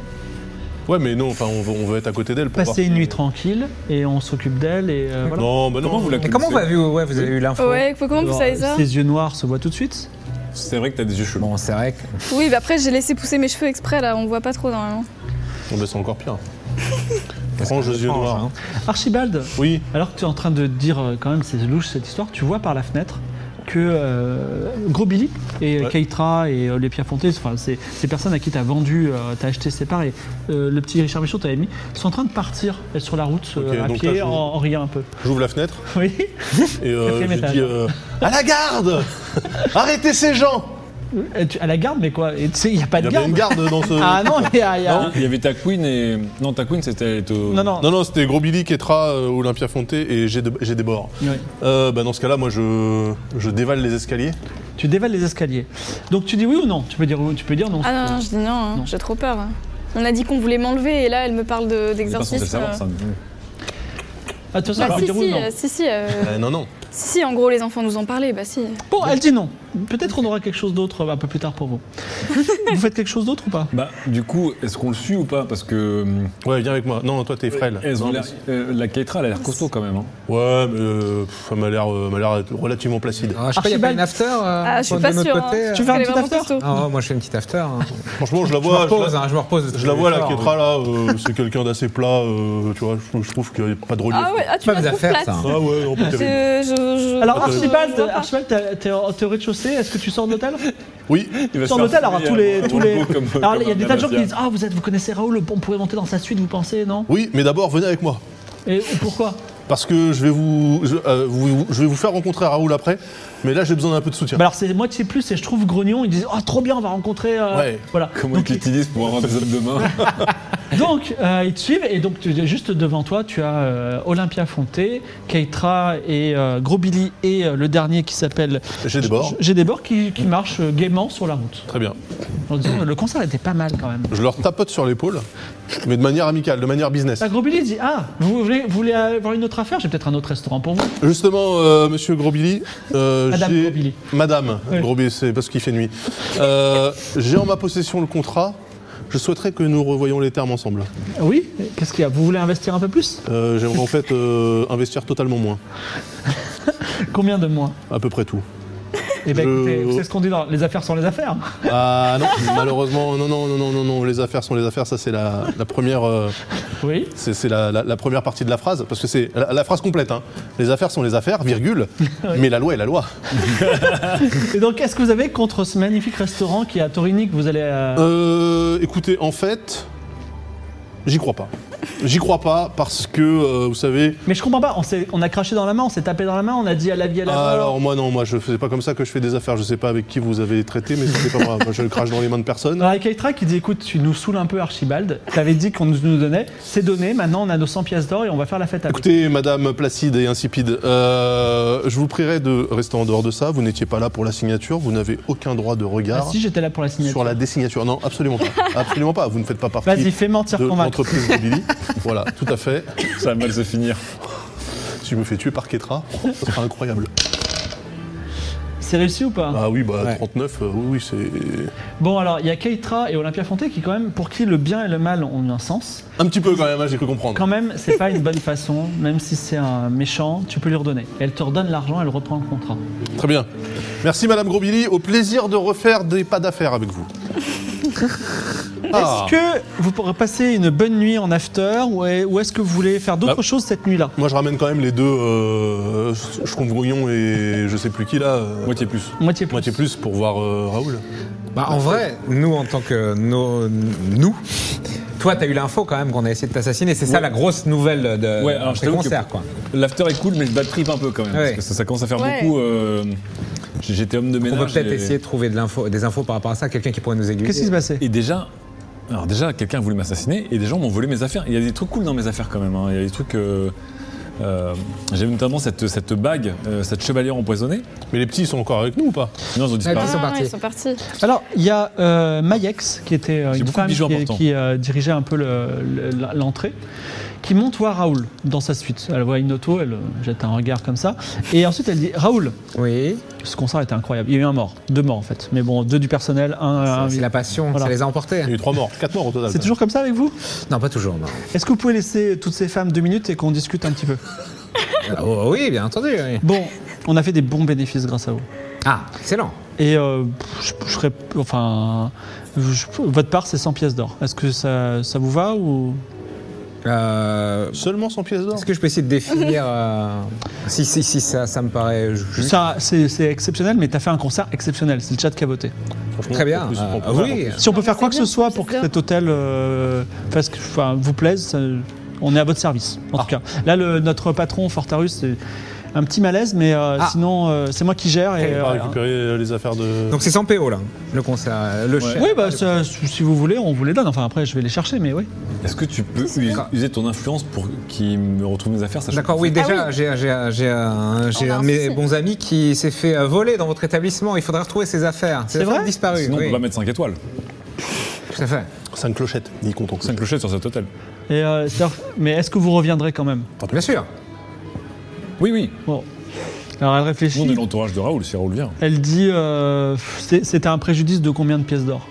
Ouais, mais non, enfin on veut, on veut être à côté d'elle pour voir
Passez une
si-
nuit tranquille et on s'occupe d'elle et euh, voilà.
Non, bah non.
Comment vous la
Mais comment vous
connaissez
avez eu, ouais, vous avez eu l'info
Ouais, faut- comment vous
Alors,
savez ça
Ses yeux noirs se voient tout de suite.
C'est vrai que t'as des yeux chelous.
Bon, c'est vrai que.
Oui, bah après, j'ai laissé pousser mes cheveux exprès, là, on voit pas trop normalement.
Oh, bah, c'est encore pire. Frange aux yeux
Franche,
noirs.
hein.
Archibald,
Oui,
alors que tu es en train de dire euh, quand même c'est louche cette histoire, tu vois par la fenêtre que euh, Gros Billy et euh,
Ouais.
Keitra et euh, les Pierrefontais, enfin ces, ces personnes à qui t'as vendu, euh, t'as acheté ses parts et euh, le petit Richard Michaud t'avait mis, sont en train de partir euh, sur la route euh,
Ok,
à
donc là,
pied
je-
en, en riant un peu.
j'ouvre la fenêtre
Oui.
et euh,
Quatrième
je
étage.
dis euh, À la garde Arrêtez ces gens
Euh, tu- À la garde, mais quoi Et Tu sais, il n'y a pas
Il y
de
a bien
garde.
une garde euh. dans ce.
Ah non, il y a. il y a-
Non, il y avait ta queen et. Non, ta queen c'était. elle était au-
Non, non.
Non, non, c'était Gros Billy, Ketra, euh, Olympia Fonté et j'ai de- j'ai des bords.
Ouais.
Euh, bah, dans ce cas-là, moi je, je dévale les escaliers.
Tu dévales les escaliers. Donc tu dis oui ou non Tu peux dire, oui- tu peux dire non.
Ah non, non, je dis non, hein,
Non.
j'ai trop peur. hein. On a dit qu'on voulait m'enlever, et là, elle me parle de-
C'est pas censé
d'exorcisme.
le savoir, ça.
Ah, de toute façon,
Bah,
tu
si,
peux dire oui ou
si,
non.
euh, si, si, euh,
Euh, non, non.
si, si, en gros, les enfants nous en parlaient, bah si.
Bon, Oh, elle dit non. Peut-être on aura quelque chose d'autre euh, un peu plus tard pour vous. vous faites quelque chose d'autre ou pas
Bah, du coup, est-ce qu'on le suit ou pas Parce que. hum,
Ouais, viens avec moi. Non, toi t'es frêle.
elles ont
Non,
l'air- euh, la Keitra, elle a l'air costaud quand même. hein.
Ouais, mais euh, pff, elle m'a l'air euh, m'a l'air relativement placide.
Ah, je sais pas, il y a pas
Archibald.
une after euh,
Ah, je suis
de
pas
notre
sûre. hein,
côté, euh,
Tu veux un petit
parce qu'elle est vraiment
after
costaud.
Ah ouais, moi je fais une petite after. hein.
Franchement, je la
Je
vois.
me
je la-
repose, hein, je me repose.
Je la vois, la
fort, hein.
Ketra, là, euh, c'est quelqu'un d'assez plat, euh, tu vois, je, je trouve qu'il n'y a pas de relief.
Ah ouais, ah, tu
Pas
la
mes
trouves
affaires,
plate.
ça, hein.
Ah ouais, non, pas
Je,
terrible.
je, je-
Euh,
Alors
je- je-
Archibald,
je vois pas.
Archibald, t'es- t'es en- t'es au rez-de-chaussée. Est-ce que tu sors de l'hôtel
Oui,
Il va
Sur
se faire
l'hôtel, alors
fouiller
tous les,
à
tous les.
Monaco euh, comme-
Alors
comme
il y a
un
des tas de gens qui
Dalmatia.
disent ah vous êtes, vous connaissez Raoul, on pourrait monter dans sa suite. Vous pensez non
oui, mais d'abord, venez avec moi.
Et pourquoi
Parce que je vais vous, je, euh, vous- je vais vous faire rencontrer Raoul après, mais là, j'ai besoin d'un peu de soutien.
bah, Alors c'est moitié plus et je trouve grognon. Ils disent ah trop bien, on va rencontrer. euh,
Ouais.
Voilà.
Comment
Donc,
ils l'utilisent pour avoir des hommes de main
Donc, euh, ils te suivent et donc tu- juste devant toi, tu as euh, Olympia Fonté, Keitra et euh, Gros Billy et euh, le dernier qui s'appelle
j'ai des bords.
J'ai des bords qui, qui marchent euh, gaiement sur la route.
Très bien.
En disant, le concert était pas mal quand même.
Je leur tapote sur l'épaule, mais de manière amicale, de manière business.
Ah, Gros Billy dit Ah, vous voulez, vous voulez avoir une autre affaire J'ai peut-être un autre restaurant pour vous.
Justement, euh, monsieur Grobili. euh,
Madame
j'ai-
Grobili.
Madame
Oui.
Grobili, c'est parce qu'il fait nuit. Euh, j'ai en ma possession le contrat. Je souhaiterais que nous revoyions les termes ensemble.
Ah Oui Qu'est-ce qu'il y a Vous voulez investir un peu plus
Euh, J'aimerais en fait euh, investir totalement moins,
Combien de mois
à peu près tout.
Eh bien,
Je-
écoutez, vous savez ce qu'on dit dans les affaires sont les affaires.
Ah non, malheureusement, non, non, non, non, non, non, les affaires sont les affaires, ça c'est la, la première, euh,
Oui.
c'est c'est la, la- la première partie de la phrase, parce que c'est la, la phrase complète, hein. les affaires sont les affaires, virgule, mais la loi est la loi.
Et donc, qu'est-ce que vous avez contre ce magnifique restaurant qui est à Torini que vous allez. euh,
Euh, écoutez, en fait, j'y crois pas. J'y crois pas parce que, euh, vous savez,
Mais je comprends pas, on, s'est- on a craché dans la main, on s'est tapé dans la main, on a dit à la vie à la mort.
Ah, alors moi non, moi je faisais pas comme ça que je fais des affaires, je sais pas avec qui vous avez traité, mais c'était pas moi, moi je le crache dans les mains de personne.
Alors, avec Keitra qui dit écoute, tu nous saoules un peu, Archibald. T'avais dit qu'on nous nous donnait. C'est donné, maintenant on a nos 100 pièces d'or et on va faire la fête avec.
Écoutez, madame placide et insipide, euh, je vous prierai de rester en dehors de ça. Vous n'étiez pas là pour la signature, vous n'avez aucun droit de
Ah,
regard
si j'étais là pour la signature.
sur la désignature. Non, absolument pas. Absolument pas. Vous ne faites pas partie
Vas-y, fais mentir,
de
convaincre.
l'entreprise de Billy. voilà, tout à fait.
Ça va mal se finir.
Si je me fais tuer par Ketra, ce sera incroyable.
C'est- C'est réussi ou pas
Ah oui, bah
Ouais.
39, euh, oui, oui, c'est.
Bon, alors, il y a Keitra et Olympia Fonté qui, quand même, pour qui le bien et le mal ont eu un sens.
Un petit peu quand même, hein, j'ai cru comprendre.
Quand même, c'est pas une bonne façon, même si c'est un méchant, tu peux lui redonner. Elle te redonne l'argent, elle reprend le contrat.
Très bien. Merci Madame Grobili, au plaisir de refaire des pas d'affaires avec vous. Ah.
Est-ce que vous pourrez passer une bonne nuit en after ou est- ou est-ce que vous voulez faire d'autres
Bah-
choses cette nuit-là
Moi je ramène quand même les deux, euh, Chrombrouillon et je sais plus qui là. euh,
Moitié plus.
Moitié plus.
Moitié plus pour voir euh, Raoul.
Bah, en vrai, nous, en tant que nos- nous, toi, t'as eu l'info quand même qu'on a essayé de t'assassiner. C'est ça
Ouais.
la grosse nouvelle de
Ouais, alors je
tes
t'avoue
concerts,
que
Euh, quoi.
L'after est cool, mais je bad trip un peu quand même.
Ouais.
Parce que ça, ça commence à faire
Ouais.
beaucoup. euh, j'ai- J'étais homme de
On peut
ménage.
peut-être
et-
essayer de trouver de l'info, des infos par rapport à ça, quelqu'un qui pourrait nous aiguiller.
Qu'est-ce qui se passait
Et déjà, alors déjà, quelqu'un voulait m'assassiner et des gens m'ont volé mes affaires. Il y a des trucs cool dans mes affaires quand même. hein. Il y a des trucs. euh, euh, J'ai notamment cette, cette bague, euh, cette chevalière empoisonnée.
Mais les petits ils sont encore avec nous ou pas
Non, ils ont
Ah,
disparu.
ils sont
Ah,
partis.
ils sont partis.
Alors, il y a euh, Mayex, qui était euh,
J'ai
une
beaucoup de
femme
bijoux
qui,
importants.
qui, euh, dirigeait un peu le- le- l'entrée, qui monte voir Raoul dans sa suite. Elle voit une auto, elle euh, jette un regard comme ça. Et ensuite, elle dit Raoul,
Oui,
ce concert était incroyable. Il y a eu un mort, deux morts en fait. Mais bon, deux du personnel, un. un-
c'est la passion,
Ah, Voilà.
ça les a emportés.
Il y a eu trois morts, quatre morts au total.
C'est toujours comme ça avec vous
Non, pas toujours. non.
Est-ce que vous pouvez laisser toutes ces femmes deux minutes et qu'on discute un petit peu
Oh, oui, bien entendu. oui.
Bon, on a fait des bons bénéfices grâce à vous.
Ah, excellent.
Et euh, je, je serais. Enfin. je- votre part, c'est 100 pièces d'or. Est-ce que ça, ça vous va ou.
Euh,
Seulement 100 pièces d'or
Est-ce que je peux essayer de définir euh, si, si, si ça, ça me paraît juste
Ça, c'est c'est exceptionnel, mais t'as fait un concert exceptionnel. C'est le chat qui a voté.
Franchement,
Très bien.
en plus,
euh,
en plus, en
oui.
plus.
Si on peut faire
c'est
quoi que
bien,
ce soit
c'est
pour que
bien.
cet hôtel euh, fasse que- enfin, vous plaise, ça- on est à votre service. En tout cas, là, le- notre patron Fortarus, c'est un petit malaise, mais euh,
Ah.
sinon, euh, c'est moi qui gère. Et,
On va
euh,
récupérer les affaires de.
Donc c'est 100 PO là, le concert, euh, le chef.
oui, bah, ça, si vous voulez, on vous les donne. Enfin, après, je vais les chercher, mais oui.
Est-ce que tu peux us- user ton influence pour qu'ils me retrouvent mes affaires sachant
D'accord,
que-
oui, déjà,
Ah oui.
j'ai- j'ai j'ai un, j'ai
On a
un
un
de mes
souci.
bons amis qui s'est fait euh, voler dans votre établissement. Il faudrait retrouver ses affaires. Ses
C'est
affaires
vrai
ont disparu.
Sinon,
oui.
on peut pas mettre 5 étoiles.
Tout à fait.
5 clochettes, ni compte en
5 clochettes sur cet hôtel.
Et, euh, c'est-à-dire- mais est-ce que vous reviendrez quand même
Bien sûr.
Oui, oui.
Bon. Alors, elle
Nous, on est
réfléchit.
l'entourage de Raoul, si Raoul vient.
Elle dit euh, c'est- c'était un préjudice de combien de pièces d'or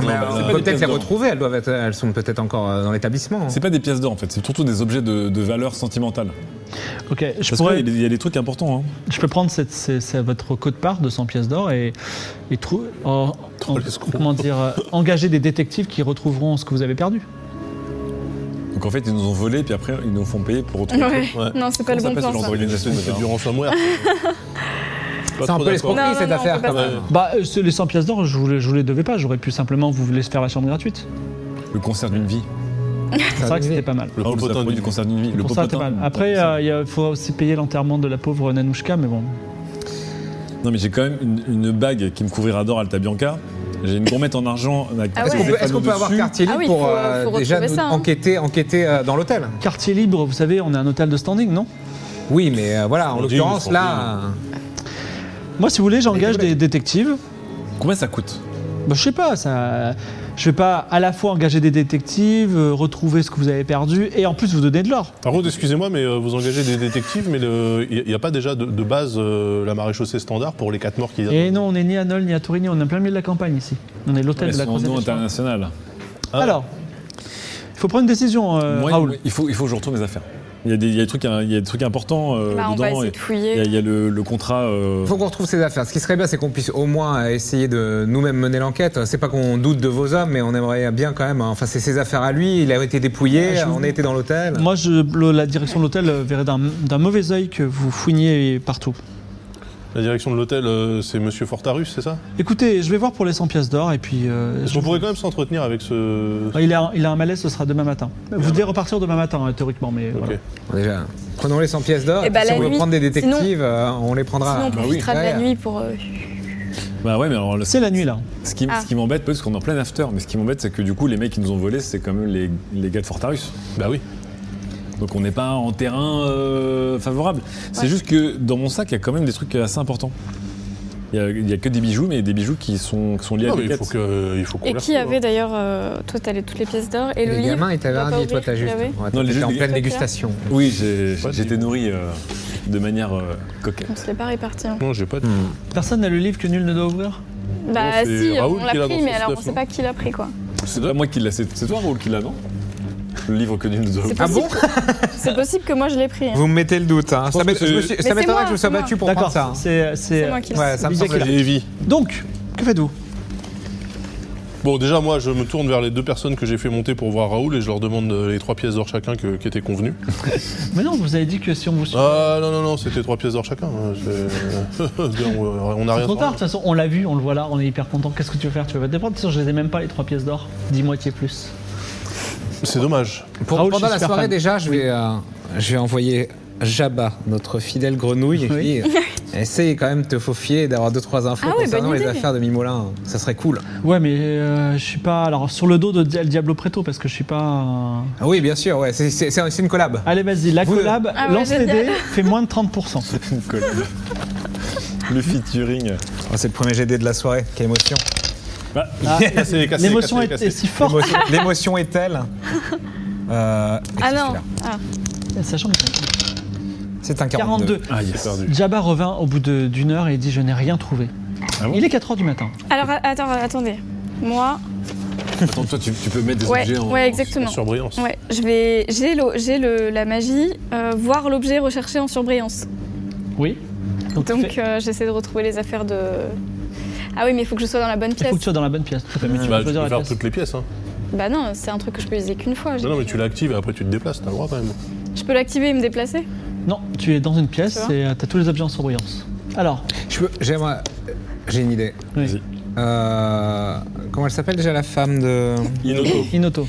Mais,
bah,
euh,
c'est pas
on peut
des
peut-être
pièces
les
d'or.
retrouver. Elles, doivent être, elles sont peut-être encore euh, dans l'établissement.
C'est pas des pièces d'or en fait, c'est surtout des objets de, de valeur sentimentale.
Ok, je
Parce
pourrais.
qu'il y a des- il y a des trucs importants. hein.
Je peux prendre cette, c'est- c'est votre code part de 100 pièces d'or et, et trou- en- en-
l'escroc.
comment dire, euh, engager des détectives qui retrouveront ce que vous avez perdu.
Donc en fait, ils nous ont volé, puis après, ils nous font payer pour retrouver.
Ouais.
Ouais.
Non, c'est pas
Comment
le bon
s'appelle ce
plan.
genre
Ça.
de-
Organisation de fête du ransomware.
C'est un peu
Non,
l'escroquerie
non,
cette
non,
affaire
on peut
quand
pas
même.
Bah, euh, ce- les 100 pièces d'or, je vous, les- je vous les devais pas, j'aurais pu simplement vous laisser faire la chambre gratuite.
Le concert d'une vie.
C'est vrai que c'était pas mal.
Oh, Le
Raoul, ça
popotin
produit
du
du concert d'une vie. Le Ah,
Pour ça, c'était
popotin.
pas mal. Après,
Non,
euh, il y a- faut aussi payer l'enterrement de la pauvre Nanouchka, mais bon.
Non, mais j'ai quand même une, une bague qui me couvrira d'or Alta Bianca. J'ai une gourmette en argent. avec
Ah
des
Est-ce qu'on
ouais.
peut, est-ce qu'on peut
panneaux
avoir
dessus.
quartier
Ah
libre
oui,
pour
faut,
euh,
euh, faut
déjà
retrouver
nous
ça, hein.
enquêter, enquêter euh, dans l'hôtel
Quartier libre, vous savez, on est un hôtel de standing, non
Oui, mais euh, voilà, en
On dit,
l'occurrence
on
là,
Moi, si vous voulez, j'engage des détectives.
Combien ça coûte
Bah, je sais pas, ça. Je vais pas à la fois engager des détectives, euh, retrouver ce que vous avez perdu et en plus vous donner de l'or.
Par contre, excusez-moi, mais euh, vous engagez des détectives, mais il n'y a pas déjà de, de base euh, la maréchaussée standard pour les quatre morts qui
Et non, on n'est ni à Nol ni à Torigny, on est en plein milieu de la campagne ici. On est l'hôtel
Elles
de la
sont en
croisée.
nom
des Chemins.
international.
Alors, il faut prendre une décision, euh,
Moi,
Raoul.
il faut, il faut que je retrouve mes affaires. Il y a des, il y a des trucs, il y a des trucs importants euh,
Bah, on va
dedans. et-
essayer de
Il y a,
fouiller.
il y a le, le contrat. euh,
il faut qu'on retrouve ses affaires. Ce qui serait bien, c'est qu'on puisse au moins euh, essayer de nous-mêmes mener l'enquête. C'est pas qu'on doute de vos hommes, mais on aimerait bien quand même. hein. Enfin, c'est ses affaires à lui. Il a été dépouillé.
Je vous-
on a été dans l'hôtel.
Moi, je, le- la direction de l'hôtel euh, verrait d'un d'un mauvais œil que vous fouiniez partout.
La direction de l'hôtel, euh, c'est Monsieur Fortarus, c'est ça
Écoutez, je vais voir pour les 100 pièces d'or et puis. euh,
Est-ce
je-
qu'on pourrait quand même s'entretenir avec ce.
Ouais, Il a, il a un malaise, ce sera demain matin. Vous devez repartir demain matin, hein, théoriquement, mais
Ok.
voilà.
Déjà, prenons les 100 pièces d'or.
Eh
et
ben,
puis si
la
on veut
nuit,
prendre des
sinon-
détectives, euh, on les prendra.
Sinon, on
Bah oui.
profitera de la
Ouais.
nuit pour. euh,
Bah ouais, mais alors le-
C'est la nuit, là.
ce qui,
Ah.
ce qui m'embête, parce qu'on est en plein after, mais ce qui m'embête, c'est que du coup, les mecs qui nous ont volé, c'est quand même les, les gars de Fortarus.
Bah oui.
Donc on n'est pas en terrain euh, favorable. C'est juste que dans mon sac, il y a quand même des trucs assez importants. Il y a- Il n'y a, que des bijoux, mais des bijoux qui sont, qui sont liés
Non,
à
mais
des
il faut
quêtes.
que- il faut qu'on
Et
les
qui
retrouve, hein.
avait d'ailleurs. euh, Toi, t'as les- toutes les pièces d'or. Et le
Les
livre.
gamins, ils t'avaient
dois pas Ah
rien dit, toi
ouvrir,
t'as
tu
juste.
l'avais
Ouais,
Non, les
t'étais
jeux-
en
les-
pleine
Pas clair.
dégustation.
Oui, j'ai-
Ouais,
j'étais
des-
nourri. euh, de manière euh, coquette.
On se l'est pas réparti. hein.
Non, j'ai pas de.
Personne n'a le livre que nul ne doit ouvrir
Bah
c'est
si,
Raoul
on l'a
qui l'a dans
pris,
son
mais alors on
stuff,
sait
non
pas qui l'a pris quoi.
C'est pas moi qui l'a, c'est c'est toi Raoul qui l'a, non Le livre que nul nous a
C'est
Ah bon
possible, c'est possible que moi je l'ai pris. hein.
Vous me mettez le doute. hein. Ça
pense
m'é-
que c'est-
je me suis-
c'est
ça m'étonnerait
moi,
que je me sois
c'est moi.
battu pour prendre
D'accord,
ça. hein.
c'est.
C'est moi qui l'ai
Ouais,
pris.
ça me
Bizarre
semble.
J'ai Evie.
Donc, que faites-vous
Bon, déjà, moi, je me tourne vers les deux personnes que j'ai fait monter pour voir Raoul et je leur demande euh, les trois pièces d'or chacun que- qui étaient convenues.
Mais non, vous avez dit que si on vous suit.
Ah non, non, non, c'était trois pièces d'or chacun. hein, c'est- on on a
C'est
rien
trop tard,
sans
de
rien.
toute façon, on l'a vu, on le voit là, on est hyper content. Qu'est-ce que tu veux faire Tu veux pas te déprendre De toute façon, je les ai même pas, les trois pièces d'or. Dis moitié plus.
C'est dommage.
Pour-
Raoul,
pendant
je suis
la
super
soirée
fan.
déjà, je vais, euh, je vais envoyer Jabba, notre fidèle grenouille,
Oui.
qui euh, essaye quand même de te faufiler et d'avoir deux trois infos
Ah ouais,
concernant
bonne
les
idée.
affaires de Mimolin. Ça serait cool.
Ouais, mais euh, je suis pas. Alors, sur le dos de Di- El Diablo Preto, parce que je suis pas. euh,
Ah oui, bien sûr. Ouais, c'est- c'est c'est- c'est une collab.
Allez, vas-y, la
Vous-
collab,
Ah ouais,
lance les
génial.
dés, fait moins de 30%.
une collab. Le featuring.
Oh, c'est le premier GD de la soirée. Quelle émotion.
Bah,
Ah,
Cassé, cassé,
L'émotion
cassé,
est,
cassé.
est si forte,
L'émotion- L'émotion est telle. Euh, et
Ah
c'est
non,
celui-là.
Ah,
sachant que
C'est un 42.
42.
ah, yes. perdu.
Jabba revint au bout de- d'une heure et dit Je n'ai rien trouvé.
Ah bon
Il est 4h du matin.
Alors a- attends, attendez. Moi,
Attends, toi, tu, tu peux mettre des
ouais,
objets en.
ouais, exactement.
Surbrillance.
Ouais, je vais, j'ai l'o- j'ai le, la magie, euh, voir l'objet recherché en surbrillance.
Oui. Donc, tu
Donc
fais-
euh, j'essaie de retrouver les affaires de. Ah oui, mais il faut que je sois dans la bonne
il faut
pièce.
que tu sois dans la bonne pièce. Tout à fait, mais tu
Bah,
peux
tu peux
choisir la
faire
pièce.
toutes les pièces. Hein.
Bah non, c'est un truc que je peux utiliser qu'une fois. j'ai
Non, non, mais
dit.
tu l'actives et après tu te déplaces, t'as le droit quand même.
Je peux l'activer et me déplacer.
Non, tu es dans une pièce
Tu vois
et euh, t'as tous les objets en surbrillance. Alors,
Je peux- J'aimerais. J'ai une idée.
oui.
Vas-y.
Euh, comment elle s'appelle déjà la femme de.
Inoto.
Inoto.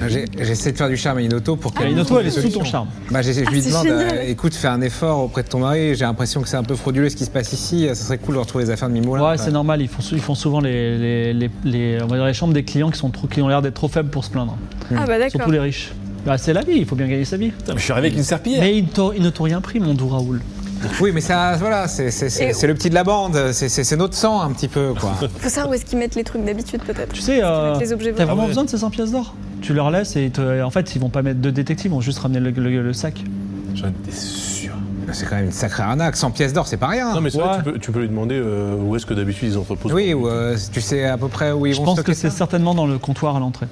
Ah, J'ai- J'essaie de faire du charme à Inoto pour qu'elle.
Ah, Inoto,
trouve
elle est sous
des
ton
solutions.
charme.
Bah, j'ai- je lui
Ah, c'est
demande,
génial.
euh, écoute, fais un effort auprès de ton mari. J'ai l'impression que c'est un peu frauduleux ce qui se passe ici. Ça serait cool de retrouver les affaires de Mimola.
ouais, c'est normal, ils font, sou- ils font souvent les, les, les- les- on va dire les chambres des clients qui, sont trop, qui ont l'air d'être trop faibles pour se plaindre.
Ah bah d'accord.
Surtout les riches. Bah, c'est la vie, il faut bien gagner sa vie.
Putain, mais je suis arrivé avec une serpillière.
Mais ils, ne t'ont- ils ne t'ont rien pris, mon doux Raoul.
Oui, mais ça, voilà, c'est c'est- c'est-
Et-
c'est le petit de la bande. C'est- C'est c'est notre sang un petit peu, quoi.
Faut savoir où est-ce qu'ils mettent les trucs d'habitude peut-être.
Tu sais,
qu'ils
euh,
mettent les objets
t'as
Ah
vraiment
volés.
besoin de ces 100 pièces d'or Tu leur laisses et ils te- en fait, ils vont pas mettre de détective, ils vont juste ramener le, le- le sac.
J'en étais sûr.
Bah, C'est quand même une sacrée arnaque. 100 pièces d'or, c'est pas rien.
Non, mais c'est
Ouais.
vrai, tu peux, tu peux lui demander euh, où est-ce que d'habitude ils entreposent.
Oui, ou, euh, tu sais à peu près où ils
Je
vont
pense
stocker
que c'est
ça
certainement dans le comptoir à l'entrée.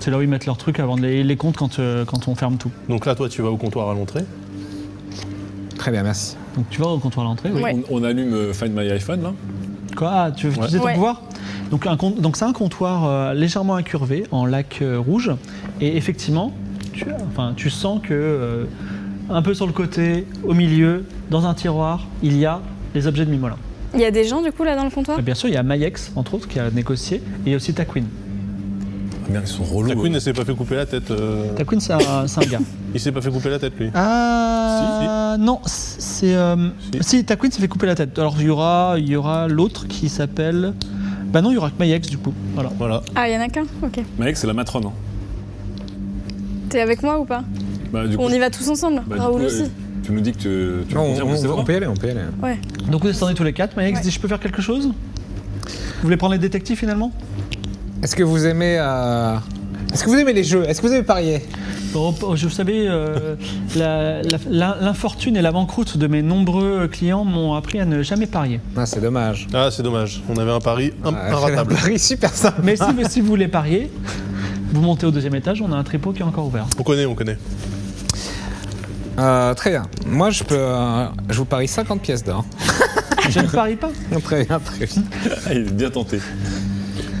C'est là où ils mettent leurs trucs avant de les, les comptes quand, euh, quand on ferme tout.
Donc là, toi, tu vas au comptoir à l'entrée.
Très bien, merci.
Donc tu vas au comptoir à l'entrée, oui.
Ouais.
On, on allume euh, Find My iPhone, là.
Quoi Ah, Tu veux utiliser ton
Ouais.
pouvoir Donc un con- donc c'est un comptoir euh, légèrement incurvé en lac euh, rouge et effectivement tu, enfin, tu sens que euh, un peu sur le côté, au milieu, dans un tiroir, il y a les objets de Mimolin.
Il y a des gens du coup là dans le comptoir.
Bien sûr, il y a Mayex entre autres qui a négocié et il y a aussi Taquin.
Ah, merde, ils sont relous.
La queen,
eux.
elle s'est pas fait couper la tête. euh,
Taquin c'est un, c'est un gars.
Il s'est pas fait couper la tête, lui.
Ah non, c'est euh, si,
Si.
Taquin s'est fait couper la tête. Alors il y aura il y aura l'autre qui s'appelle bah non, il y aura que Mayex du coup. Voilà.
Voilà.
Ah, il y en a qu'un. Ok.
Mec, c'est la matrone. hein.
T'es avec moi ou pas
Bah, du
On y va tous ensemble.
bah, du
Raoul
coup,
aussi.
euh, Tu nous dis que tu, tu
Non,
confirmes que
on,
c'est
on-
vrai
on peut y aller, on peut y aller.
Donc vous descendez tous les quatre. Mayex
Ouais.
dit Je peux faire quelque chose Vous voulez prendre les détectives finalement
Est-ce que vous aimez. euh, Est-ce que vous aimez les jeux Est-ce que vous aimez parier
Bon, oh, Je vous savez, euh, la- la- la- l'infortune et la banqueroute de mes nombreux clients m'ont appris à ne jamais parier.
Ah, c'est dommage.
Ah, c'est dommage. On avait un pari im-
Ah, c'est un
inratable.
pari super simple.
Mais si, mais si vous voulez parier, vous montez au deuxième étage, on a un tripot qui est encore ouvert.
On connaît, on connaît.
Euh, très bien. Moi, je peux. euh, je vous parie 50 pièces d'or.
Je ne parie pas.
Très bien, très bien.
Ah, il est bien tenté.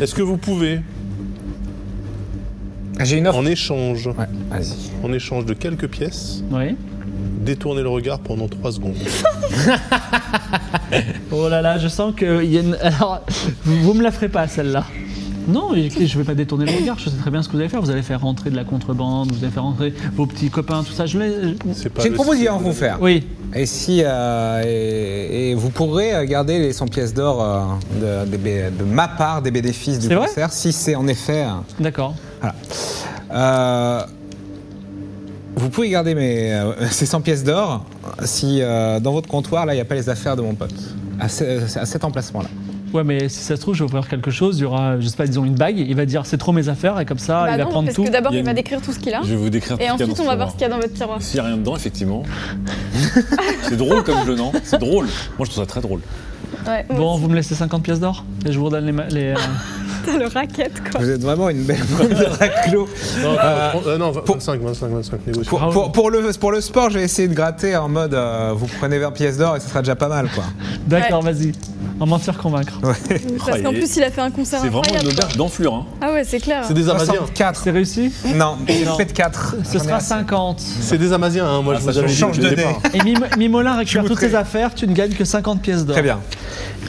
Est-ce que vous pouvez,
J'ai une offre.
en échange,
Ouais, vas-y.
en échange de quelques pièces,
Oui.
détourner le regard pendant 3 secondes
Oh là là, je sens que. il Y a une- Alors, vous, vous me la ferez pas celle-là. Non, écoutez, je vais pas détourner le regard, je sais très bien ce que vous allez faire. Vous allez faire rentrer de la contrebande, vous allez faire rentrer vos petits copains, tout ça. Je les...
C'est pas
J'ai une
le
proposition à
style.
vous faire.
Oui,
Et si. euh, et, et vous pourrez euh, garder les 100 pièces d'or euh, de, des bé- de ma part, des bénéfices du
C'est vrai
concert, si c'est en effet. euh,
d'accord.
Euh, vous pouvez garder mes, euh, ces 100 pièces d'or si euh, dans votre comptoir, là, il n'y a pas les affaires de mon pote. À, ce- à cet emplacement-là.
Ouais, mais si ça se trouve, je vais ouvrir quelque chose, il y aura, je sais pas, disons une bague, il va dire c'est trop mes affaires, et comme ça,
Bah
Ah, il va
non,
prendre
parce
tout.
que d'abord,
Il y a
il va
une-
décrire tout ce qu'il a.
Je vais vous décrire tout
Et
ce qu'il y a
ensuite,
dans
on
ce
va voir
tiroir.
ce qu'il y a dans votre tiroir.
S'il n'y a rien dedans, effectivement. c'est drôle comme jeu, non C'est drôle. Moi, je trouve ça très drôle.
Ouais,
Bon, vous me laissez 50 pièces d'or et je vous redonne les. ma- les, euh,
putain, le racket, quoi.
Vous êtes vraiment une belle bande de raclos.
Non,
Euh,
euh, non, 25,
pour-
25, 25, 25, négociation.
Pour, pour- pour le, pour le sport, j'ai essayé de gratter en mode euh, vous prenez 20 pièces d'or et ce sera déjà pas mal quoi.
D'accord, vas-y. En mentir, convaincre.
Parce qu'en
il est-
plus, il a fait un concert
C'est vraiment une
incroyable.
auberge d'enflure. Hein.
quoi. Ah ouais, c'est clair.
C'est des Amaziens.
64.
C'est réussi
Non,
Non.
faites 4.
Ce sera 50.
C'est des Amaziens, hein, moi
Ah,
je
ça
vous avais dit
change
depuis le
de
départ.
Et Mim- Mimolin récupère toutes
outré.
ses affaires, tu ne gagnes que 50 pièces d'or.
Très bien.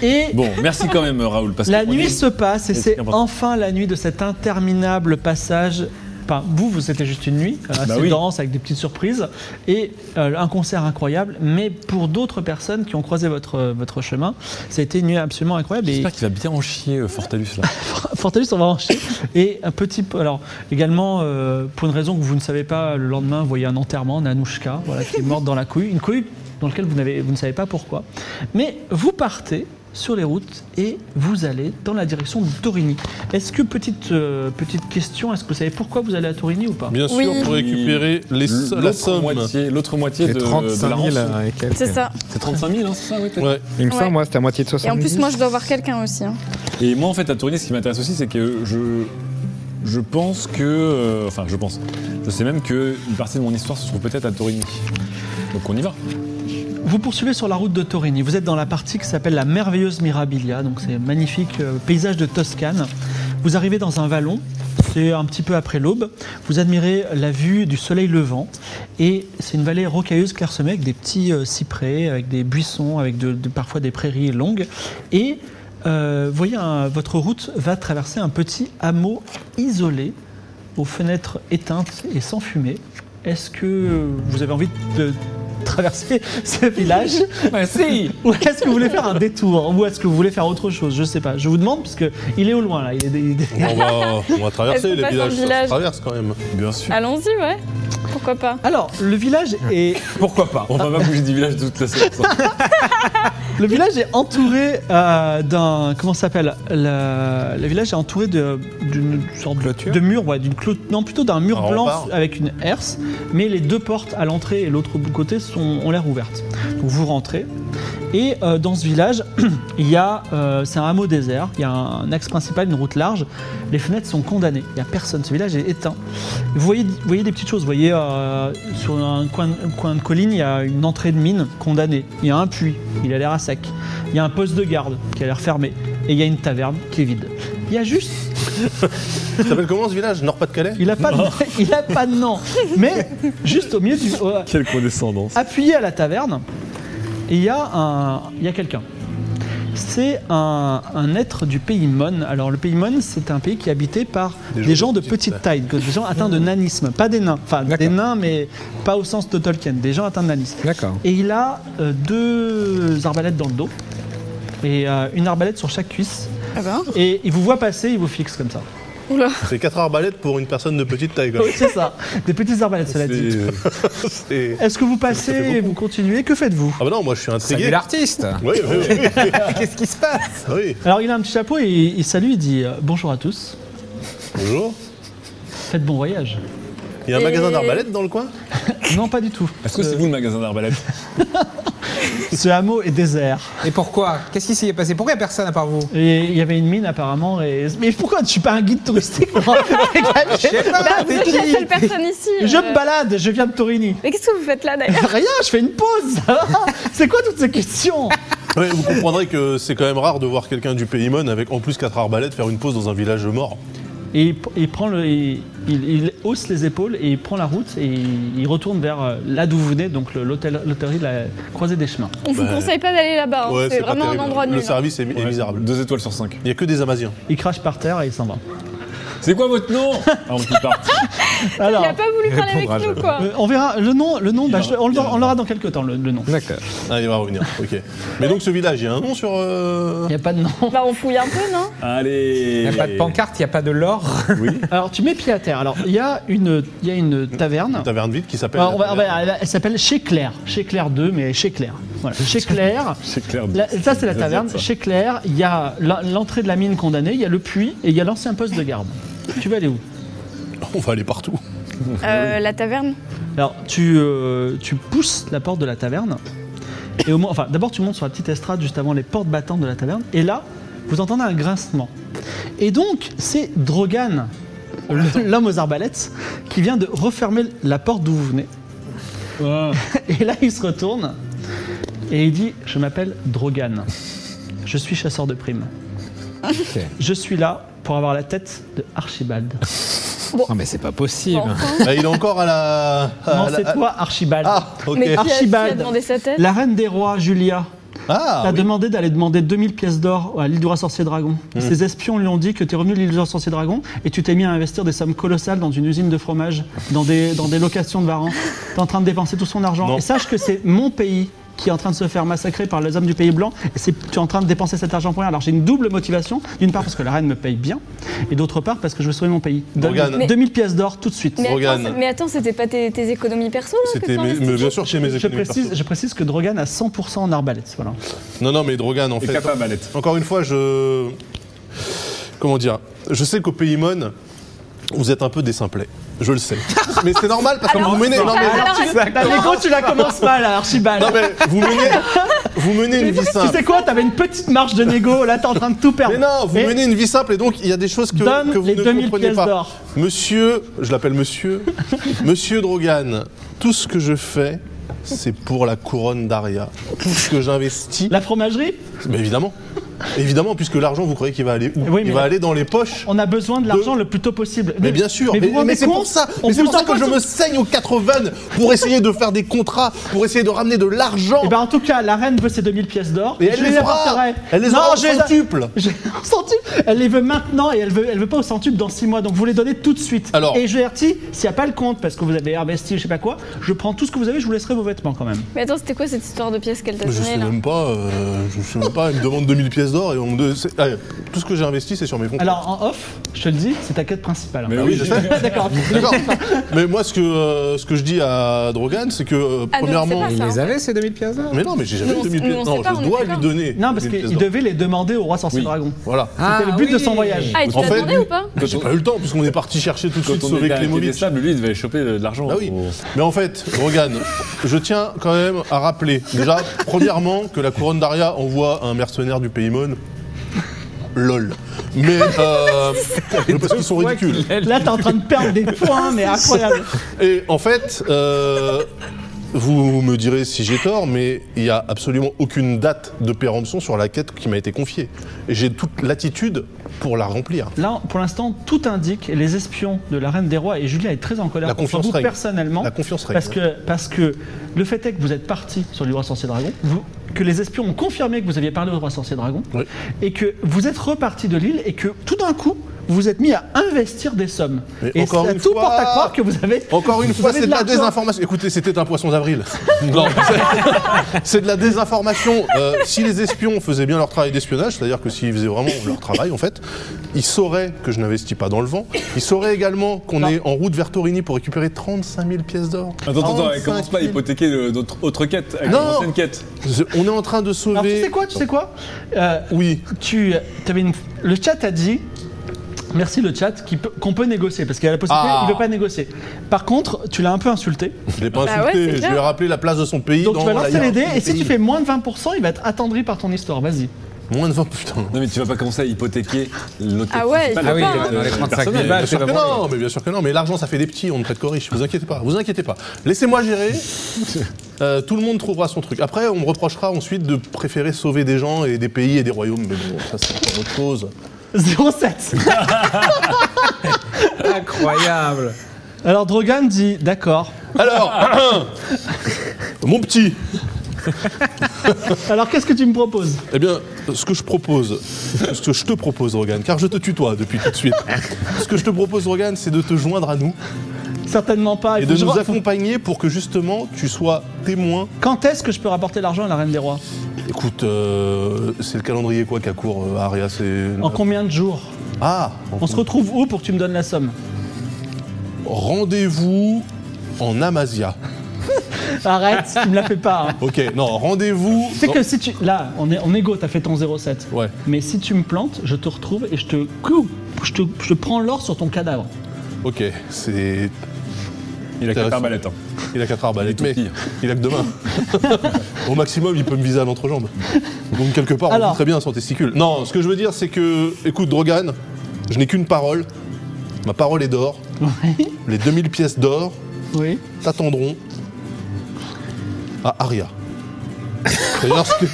Et
Bon, merci quand même, euh, Raoul. Parce
la
qu'on
nuit
est-
se passe et
Est-ce
c'est
qu'il y a-
enfin la nuit de cet interminable passage. Enfin, vous, vous c'était juste une nuit, euh, assez
Bah oui.
dense avec des petites surprises et euh, un concert incroyable. Mais pour d'autres personnes qui ont croisé votre euh, votre chemin, ça a été une nuit absolument incroyable. Et
J'espère qu'il va bien en chier, euh, Fortalus, là.
Fortalus, on va en chier. Et un petit peu. Alors, également, euh, pour une raison que vous ne savez pas, le lendemain, vous voyez un enterrement d'Anouchka, voilà, qui est morte dans la couille. Une couille dans laquelle vous, n'avez- vous ne savez pas pourquoi. Mais vous partez sur les routes et vous allez dans la direction de Torigny. Est-ce que, petite, euh, petite question, est-ce que vous savez pourquoi vous allez à Torigny ou pas
Bien sûr,
Oui.
pour récupérer les,
L-
la
l'autre
somme.
moitié- L'autre moitié de,
C'est
de
35
la
000
euh,
rançon.
et quelques.
C'est ça.
C'est 35 000, hein, c'est ça, ouais, peut-être
Ouais.
Il me
Ouais.
semble, moi, c'était à moitié de 60
Et en plus, moi, je dois voir quelqu'un aussi. hein.
Et moi, en fait, à Tournier, ce qui m'intéresse aussi, c'est que je, je pense que. euh, enfin, je pense. Je sais même qu'une partie de mon histoire se trouve peut-être à Torigny. Donc on y va.
Vous poursuivez sur la route de Torigny. Vous êtes dans la partie qui s'appelle la merveilleuse Mirabilia, donc c'est un magnifique euh, paysage de Toscane. Vous arrivez dans un vallon, c'est un petit peu après l'aube. Vous admirez la vue du soleil levant et c'est une vallée rocailleuse clairsemée avec des petits euh, cyprès, avec des buissons, avec de- de- parfois des prairies longues. Et euh, vous voyez, un- votre route va traverser un petit hameau isolé aux fenêtres éteintes et sans fumée. Est-ce que vous avez envie de traverser ce village Ou est-ce que vous voulez faire un détour hein, Ou est-ce que vous voulez faire autre chose Je sais pas. Je vous demande parce que il est au loin là. Il est, il est-
Bon, on, va, on va traverser
Est-ce qu'on
les
passe dans le
villages, ça
village
se traverse quand même. Bien sûr.
Allons-y, ouais. Pourquoi pas
Alors le village est
Pourquoi pas
On va pas bouger du village toute la séance. hein.
le village est entouré euh, d'un comment ça s'appelle le, le village est entouré de d'une sorte
Clôture
de mur, ouais, d'une clôt- non plutôt d'un mur
Un
blanc
rempart
avec une herse. Mais les deux portes à l'entrée et l'autre côté sont ont l'air ouvertes. Donc vous rentrez. Et euh, dans ce village, il y a, euh, c'est un hameau désert, il y a un, axe principal, une route large. Les fenêtres sont condamnées, il n'y a personne, ce village est éteint. Vous voyez, vous voyez des petites choses, vous voyez euh, sur un coin, un coin de colline, il y a une entrée de mine condamnée, il y a un puits, il a l'air à sec, il y a un poste de garde qui a l'air fermé, et il y a une taverne qui est vide. Il y a juste
Ça s'appelle comment ce village Nord-Pas-de-Calais
il n'a pas, de- il a pas de nom. Mais juste au milieu du. euh,
Quelle condescendance.
appuyé à la taverne, et il y a, un- il y a quelqu'un. C'est un, un être du pays Mon. Alors, le pays Mon, c'est un pays qui est habité par
Des
des,
gens
gens de
de petite
petite taille, que- des gens atteints de nanisme. Pas des nains, enfin des
D'accord.
nains, mais pas au sens de Tolkien, des gens atteints de nanisme.
D'accord.
Et il a euh, deux arbalètes dans le dos, et euh, une arbalète sur chaque cuisse.
Ah ben.
Et il vous voit passer, il vous fixe comme ça.
Oula.
C'est 4 arbalètes pour une personne de petite taille. Quoi. euh,
C'est ça, des petites arbalètes, cela dit.
C'est-
C'est-
Est-ce que vous passez
Ça fait
et
beaucoup.
vous continuez Que faites-vous
Ah bah non, moi je suis
Salut
intrigué.
l'artiste
Oui, oui, oui.
Qu'est-ce qui se passe
oui.
Alors il a un petit chapeau et il, il salue, il dit euh, bonjour à tous,
Bonjour.
faites bon voyage.
Il y a un
Et-
magasin d'arbalètes dans le coin
Non pas du tout.
Est-ce que c'est vous le magasin d'arbalète
Ce hameau est désert.
Et pourquoi Qu'est-ce qui s'y est passé Pourquoi il y a personne à part vous
Et il y avait une mine apparemment. Et... Mais pourquoi je suis pas un guide touristique moi Regardez,
Bah, vous êtes la seule personne ici.
Je
euh.
me balade, je viens de Torini.
Mais qu'est-ce que vous faites là d'ailleurs
Rien, je fais une pause. ça va c'est quoi toutes ces questions
Ouais, Vous comprendrez que c'est quand même rare de voir quelqu'un du Pays Mon avec en plus 4 arbalètes faire une pause dans un village mort.
Et il, il prend le, il, il- il hausse les épaules et il prend la route et il, il retourne vers euh, là d'où vous venez, donc le- l'hôtel, l'hôtellerie de la Croisée des Chemins.
On vous
Bah,
conseille pas d'aller là-bas. hein.
Ouais,
c'est
pas
vraiment un
terrible.
endroit
Le
nul. hein.
service est, est misérable.
Deux étoiles sur cinq.
Il n'y a que des Amaziens.
Il crache par terre et il s'en va.
C'est quoi votre nom Ah, on qui part.
Il
Alors,
a pas voulu parler avec
répondra
nous,
jamais.
quoi.
euh, on verra le nom, le nom bah, je- on le- on l'aura dans quelques temps, le, le nom.
D'accord.
Ah, il va revenir, ok. Mais donc ce village, il y a un nom sur. euh,
Il n'y a pas de nom.
Bah, on fouille un peu, non
Allez
Il n'y a pas de pancarte, il n'y a pas de l'or.
Oui.
Alors, tu mets pied à terre. Alors, il y a une, il y a une taverne.
Une taverne vide qui s'appelle.
Alors, Bah, on va-
la
on va- elle elle s'appelle Chez Claire. Chez Claire 2, mais chez Claire. Voilà. Chez Claire.
C'est clair.
La- ça, c'est la
Asiates,
taverne.
ça.
Chez Claire, il y a la- l'entrée de la mine condamnée, il y a le puits et il y a l'ancien poste de garde. Tu vas aller où
On va aller partout. Ah,
Euh, La taverne
Alors, tu, euh, tu pousses la porte de la taverne. Et au moins, enfin, d'abord, tu montes sur la petite estrade juste avant les portes battantes de la taverne. Et là, vous entendez un grincement. Et donc, c'est Drogan, le- l'homme aux arbalètes, qui vient de refermer la porte d'où vous venez.
Ah.
Et là, il se retourne et il dit Je m'appelle Drogan. Je suis chasseur de primes. Je suis là pour avoir la tête de Archibald.
Non, mais c'est pas possible.
Bon, enfin.
Ah, il est encore à la. à
Non,
Ah, la-
c'est toi, Archibald.
Ah, ok.
Mais qui a, qui a
Archibald.
demandé sa tête
La reine des rois, Julia,
Ah,
T'as
oui.
demandé d'aller demander 2000 pièces d'or à l'île du roi sorcier dragon.
Hmm.
Ces espions lui ont dit que t'es revenu de l'île du roi sorcier dragon et tu t'es mis à investir des sommes colossales dans une usine de fromage, dans des, dans des locations de varans. T'es en train de dépenser tout son argent.
Non.
Et sache que c'est mon pays qui est en train de se faire massacrer par les hommes du pays blanc et c'est- tu es en train de dépenser cet argent pour rien. Alors j'ai une double motivation. D'une part parce que la reine me paye bien et d'autre part parce que je veux sauver mon pays. Donne
Morgane. Mais-
2000 pièces d'or tout de suite.
mais attends,
Rogan.
c'est- mais attends, c'était pas tes, tes économies perso là, que
C'était
tu
mes-
investissais
mais bien sûr chez mes
Je
économies
précise,
perso.
je précise que Drogan a 100% en arbalète. Voilà.
Non, non, mais Drogan, en
Et
fait.
capa balette.
Encore une fois, je. Comment dire Je sais qu'au Paymon, vous êtes un peu des simplets. Je le sais. mais c'est normal parce que vous menez. Non, mais...
Ah, Alors,
La négo, tu la commences mal, Archibald.
non, mais vous menez. Vous menez une vie
Tu
simple.
sais quoi T'avais une petite marche de négo, là t'es en train de tout perdre. Eh,
Mais non, vous
Et
menez une vie simple et donc il y a des choses que,
Donne
que vous
les
ne
2000
comprenez
pièces
pas.
d'or.
Monsieur, je l'appelle monsieur, monsieur Drogan, tout ce que je fais, c'est pour la couronne d'Aria. Tout ce que j'investis,
La fromagerie
mais évidemment. Évidemment, puisque l'argent, vous croyez qu'il va aller où
Oui, mais
Il va
la-
aller dans les poches.
On a besoin de l'argent le plus tôt possible.
Mais bien sûr, mais,
vous vous
mais
rendez
c'est
compte
pour ça,
On
mais c'est
vous
pour ça
envoie
que je
tout-
me saigne aux quatre vannes pour essayer de faire des contrats, pour essayer de ramener de l'argent.
Eh ben, en tout cas, la reine veut ses 2000 pièces d'or.
Mais
je
elle
lui
les aura.
apporterai.
Elle les aura au
je les a-
centuple.
Je- au centuple. Elle les veut maintenant et elle veut, elle veut pas au centuple dans 6 mois. Donc vous les donnez tout de suite.
Alors.
Et je vertis, s'il n'y a pas le compte parce que vous avez investi, je sais pas quoi, je prends tout ce que vous avez, je vous laisserai vos vêtements quand même.
Mais attends, c'était quoi cette histoire de pièces qu'elle t'a
Je
donnée
sais
là
même pas, euh, je sais même pas, elle me demande 2000 pièces d'or et on me donne- c'est- ah, tout ce que j'ai investi c'est sur mes comptes.
Alors en off, je te le dis, c'est ta quête principale. hein.
Mais
Ah
oui,
oui, je
je-
sais.
D'accord.
D'accord. Mais moi, ce que, euh, ce que je dis à Drogan, c'est que, euh,
Ah non,
premièrement.
c'est
Il
pas
les avait, ces 2000 pièces d'or
mais non, mais j'ai jamais
Nous, on-
2000 pièces.
nous, on
Non,
sait pas, on
je
est
dois lui
d'accord.
donner.
Non, parce
2000 pièces
qu'il
d'or.
devait les demander au roi sorcier
Oui.
dragon.
Voilà.
C'était le but de son voyage.
Ah, et tu
En
l'as
fait,
demandé ou pas
Quand
J'ai
on-
pas eu le temps, puisqu'on est parti chercher tout de
Quand
suite
on
sauver
était avec les
Clémovitch.
sables, lui, il devait choper de l'argent. Oh.
Ah oui.
au-
Mais en fait, Drogan, je tiens quand même à rappeler, déjà, premièrement, que la couronne d'Aria envoie un mercenaire du Paymon. Lol. Mais, euh, mais parce qu'ils sont ridicules.
Là, t'es en train de perdre des points, mais incroyable.
Et en fait, euh, vous me direz si j'ai tort, mais il n'y a absolument aucune date de péremption sur la quête qui m'a été confiée. Et j'ai toute l'attitude pour la remplir.
Là, pour l'instant, tout indique, et les espions de la Reine des Rois, et Julia est très en colère
La
contre
confiance
vous
règne.
personnellement,
La confiance règne.
parce que, parce que le fait est que vous êtes parti sur le roi sorcier dragon, vous- que les espions ont confirmé que vous aviez parlé au roi sorcier dragon,
Oui.
et que vous êtes reparti de l'île, et que tout d'un coup, vous vous êtes mis à investir des sommes.
Mais
et
encore
ça
une
tout
fois-
porte à croire que vous avez...
Encore une
vous
fois,
avez
c'est de la
l'argent.
désinformation. Écoutez, c'était un poisson d'avril. Non, c'est- c'est de la désinformation. Euh, si les espions faisaient bien leur travail d'espionnage, c'est-à-dire que s'ils faisaient vraiment leur travail, en fait, ils sauraient que je n'investis pas dans le vent. Ils sauraient également qu'on est en route vers Torini pour récupérer 35 000 pièces d'or.
Attends, attends, attends, elle
35
commence pas à
000.
hypothéquer le- notre autre quête, avec
Non.
notre ancienne quête.
On est en train de
Alors, tu
sauver.
sais quoi, tu sais quoi Euh,
Oui.
tu avais une... Le chat a dit. Merci le chat qui peut- qu'on peut négocier parce qu'il a la possibilité,
Ah.
il veut pas négocier. Par contre, tu l'as un peu insulté.
Je l'ai pas
Bah
insulté,
ouais, c'est
je
clair.
lui ai rappelé la place de son pays.
Donc
dans
tu vas
la hein.
lancer les dés
hiérarchie
et
du
si tu fais
pays.
moins de 20%, il va être attendri par ton histoire. Vas-y.
Moins de 20, putain.
Non mais tu vas pas commencer à hypothéquer notre
Ah ouais, il
principale,
faut
la
Ah
quête,
oui,
pas, hein.
euh,
dans les 35
personnelle.
000 balles,
Bien
bah, c'est
sûr
pas
que
bon.
non, mais bien sûr que non. Mais l'argent, ça fait des petits, on ne traite qu'aux riches. Vous inquiétez pas, vous inquiétez pas. Laissez-moi gérer. Euh, tout le monde trouvera son truc. Après, on me reprochera ensuite de préférer sauver des gens et des pays et des royaumes. Mais bon, ça, c'est encore autre chose.
07.
Incroyable.
Alors Drogan dit d'accord.
Alors, mon petit,
Alors qu'est-ce que tu me proposes
eh bien, ce que je propose, ce que je te propose, Rogan, car je te tutoie depuis tout de suite, ce que je te propose, Rogan, c'est de te joindre à nous
Certainement pas. Ah, Il
Et
faut
de
que je
nous
ra-
accompagner pour que justement tu sois témoin.
Quand est-ce que je peux rapporter l'argent à la Reine des Rois
Écoute, euh, c'est le calendrier quoi qu'à court, euh, Aria C'est.
En combien de jours
Ah en
On se
com-
retrouve où pour que tu me donnes la somme
Rendez-vous en Amasia.
Arrête, tu me la fais pas. hein.
Ok, non, rendez-vous.
Tu sais que si tu. Là, on est, on est go, t'as fait ton 07.
Ouais.
Mais si tu me plantes, je te retrouve et je te. clou, Je te, je te prends l'or sur ton cadavre.
Ok, c'est.
Il a quatre
Intéressant.
arbalètes. hein.
Il a quatre arbalètes,
Il
mais
est tout
il a que deux mains. Au maximum, il peut me viser à l'entrejambe. Donc quelque part, on
Alors.
dit très bien son testicule. Non, ce que je veux dire, c'est que, écoute, Drogan, je n'ai qu'une parole. Ma parole est d'or. Les 2000 pièces d'or
Oui.
t'attendront à Aria. D'ailleurs, ce, que-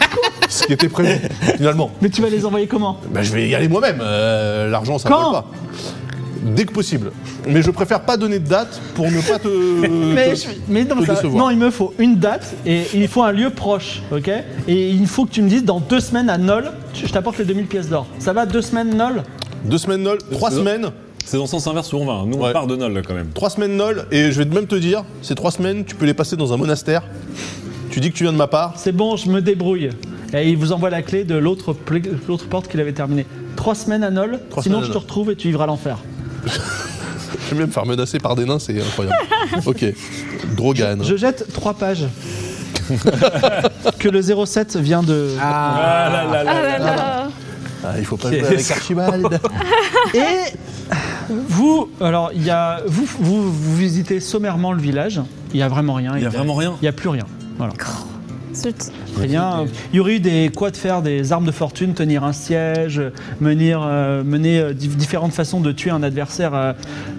ce qui était prévu, finalement.
Mais tu vas les envoyer comment
Ben, je vais y aller moi-même. Euh, L'argent, ça ne
Quand
vole pas. Dès que possible. Mais je préfère pas donner de date pour ne pas te.
mais,
te-
je- mais non,
te
ça-
décevoir.
non, il me faut une date et il faut un lieu proche, ok Et il faut que tu me dises dans deux semaines à Nol, tu- je t'apporte les 2000 pièces d'or. Ça va, deux semaines Nol
Deux semaines Nol, trois
Deux-
semaines,
C'est dans le sens inverse où on va. hein. Nous, on
Ouais.
part de Nol là, quand même.
trois semaines Nol, et je vais même te dire, ces trois semaines, tu peux les passer dans un monastère. Tu dis que tu viens de ma part.
C'est bon, je me débrouille. Et il vous envoie la clé de l'autre pla- l'autre porte qu'il avait terminée. Trois semaines à Nol,
Trois
sinon
semaines à
je te
Nol. Bah.
retrouve et tu vivras l'enfer.
Je vais me faire menacer par des nains, c'est incroyable. ok. Drogan.
Je jette trois pages que le 07 vient de...
Ah là là là.
Ah là là.
Ah, il faut pas jouer avec Archibald.
Et vous, alors, il y a, vous, vous, vous visitez sommairement le village. Il n'y a vraiment rien.
Il y a vraiment rien.
Il n'y a plus rien. Voilà.
Zut.
Rien. Il y aurait eu des quoi de faire, des armes de fortune, tenir un siège, mener, euh, mener euh, dif- différentes façons de tuer un adversaire euh,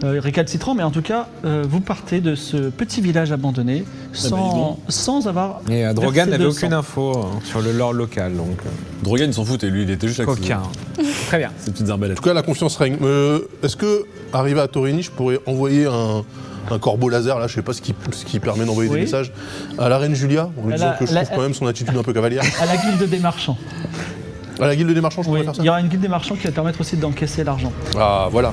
euh, récalcitrant. Mais en tout cas, euh, vous partez de ce petit village abandonné
Ah bah, dis donc.
sans, sans avoir.
Et euh,
versé
Drogan n'avait
de
aucune
sang.
info euh, sur le lore local, donc euh,
Drogan, il s'en fout, et lui, il était juste là avec ses-
coquin. Très bien.
ses petites arbalètes.
En tout cas, la confiance règne. Euh, Est-ce que, arrivé à Torini, je pourrais envoyer un, un corbeau laser, là, je sais pas ce qui, ce qui permet d'envoyer
Oui.
des messages, à la reine Julia, en lui
Elle
disant
a-
que je
elle a-
trouve quand même son attitude un peu cavalière.
À la guilde des marchands.
À la guilde des marchands, je
Oui,
pourrais faire ça
il y aura une guilde des marchands qui va permettre aussi d'encaisser l'argent.
Ah, voilà.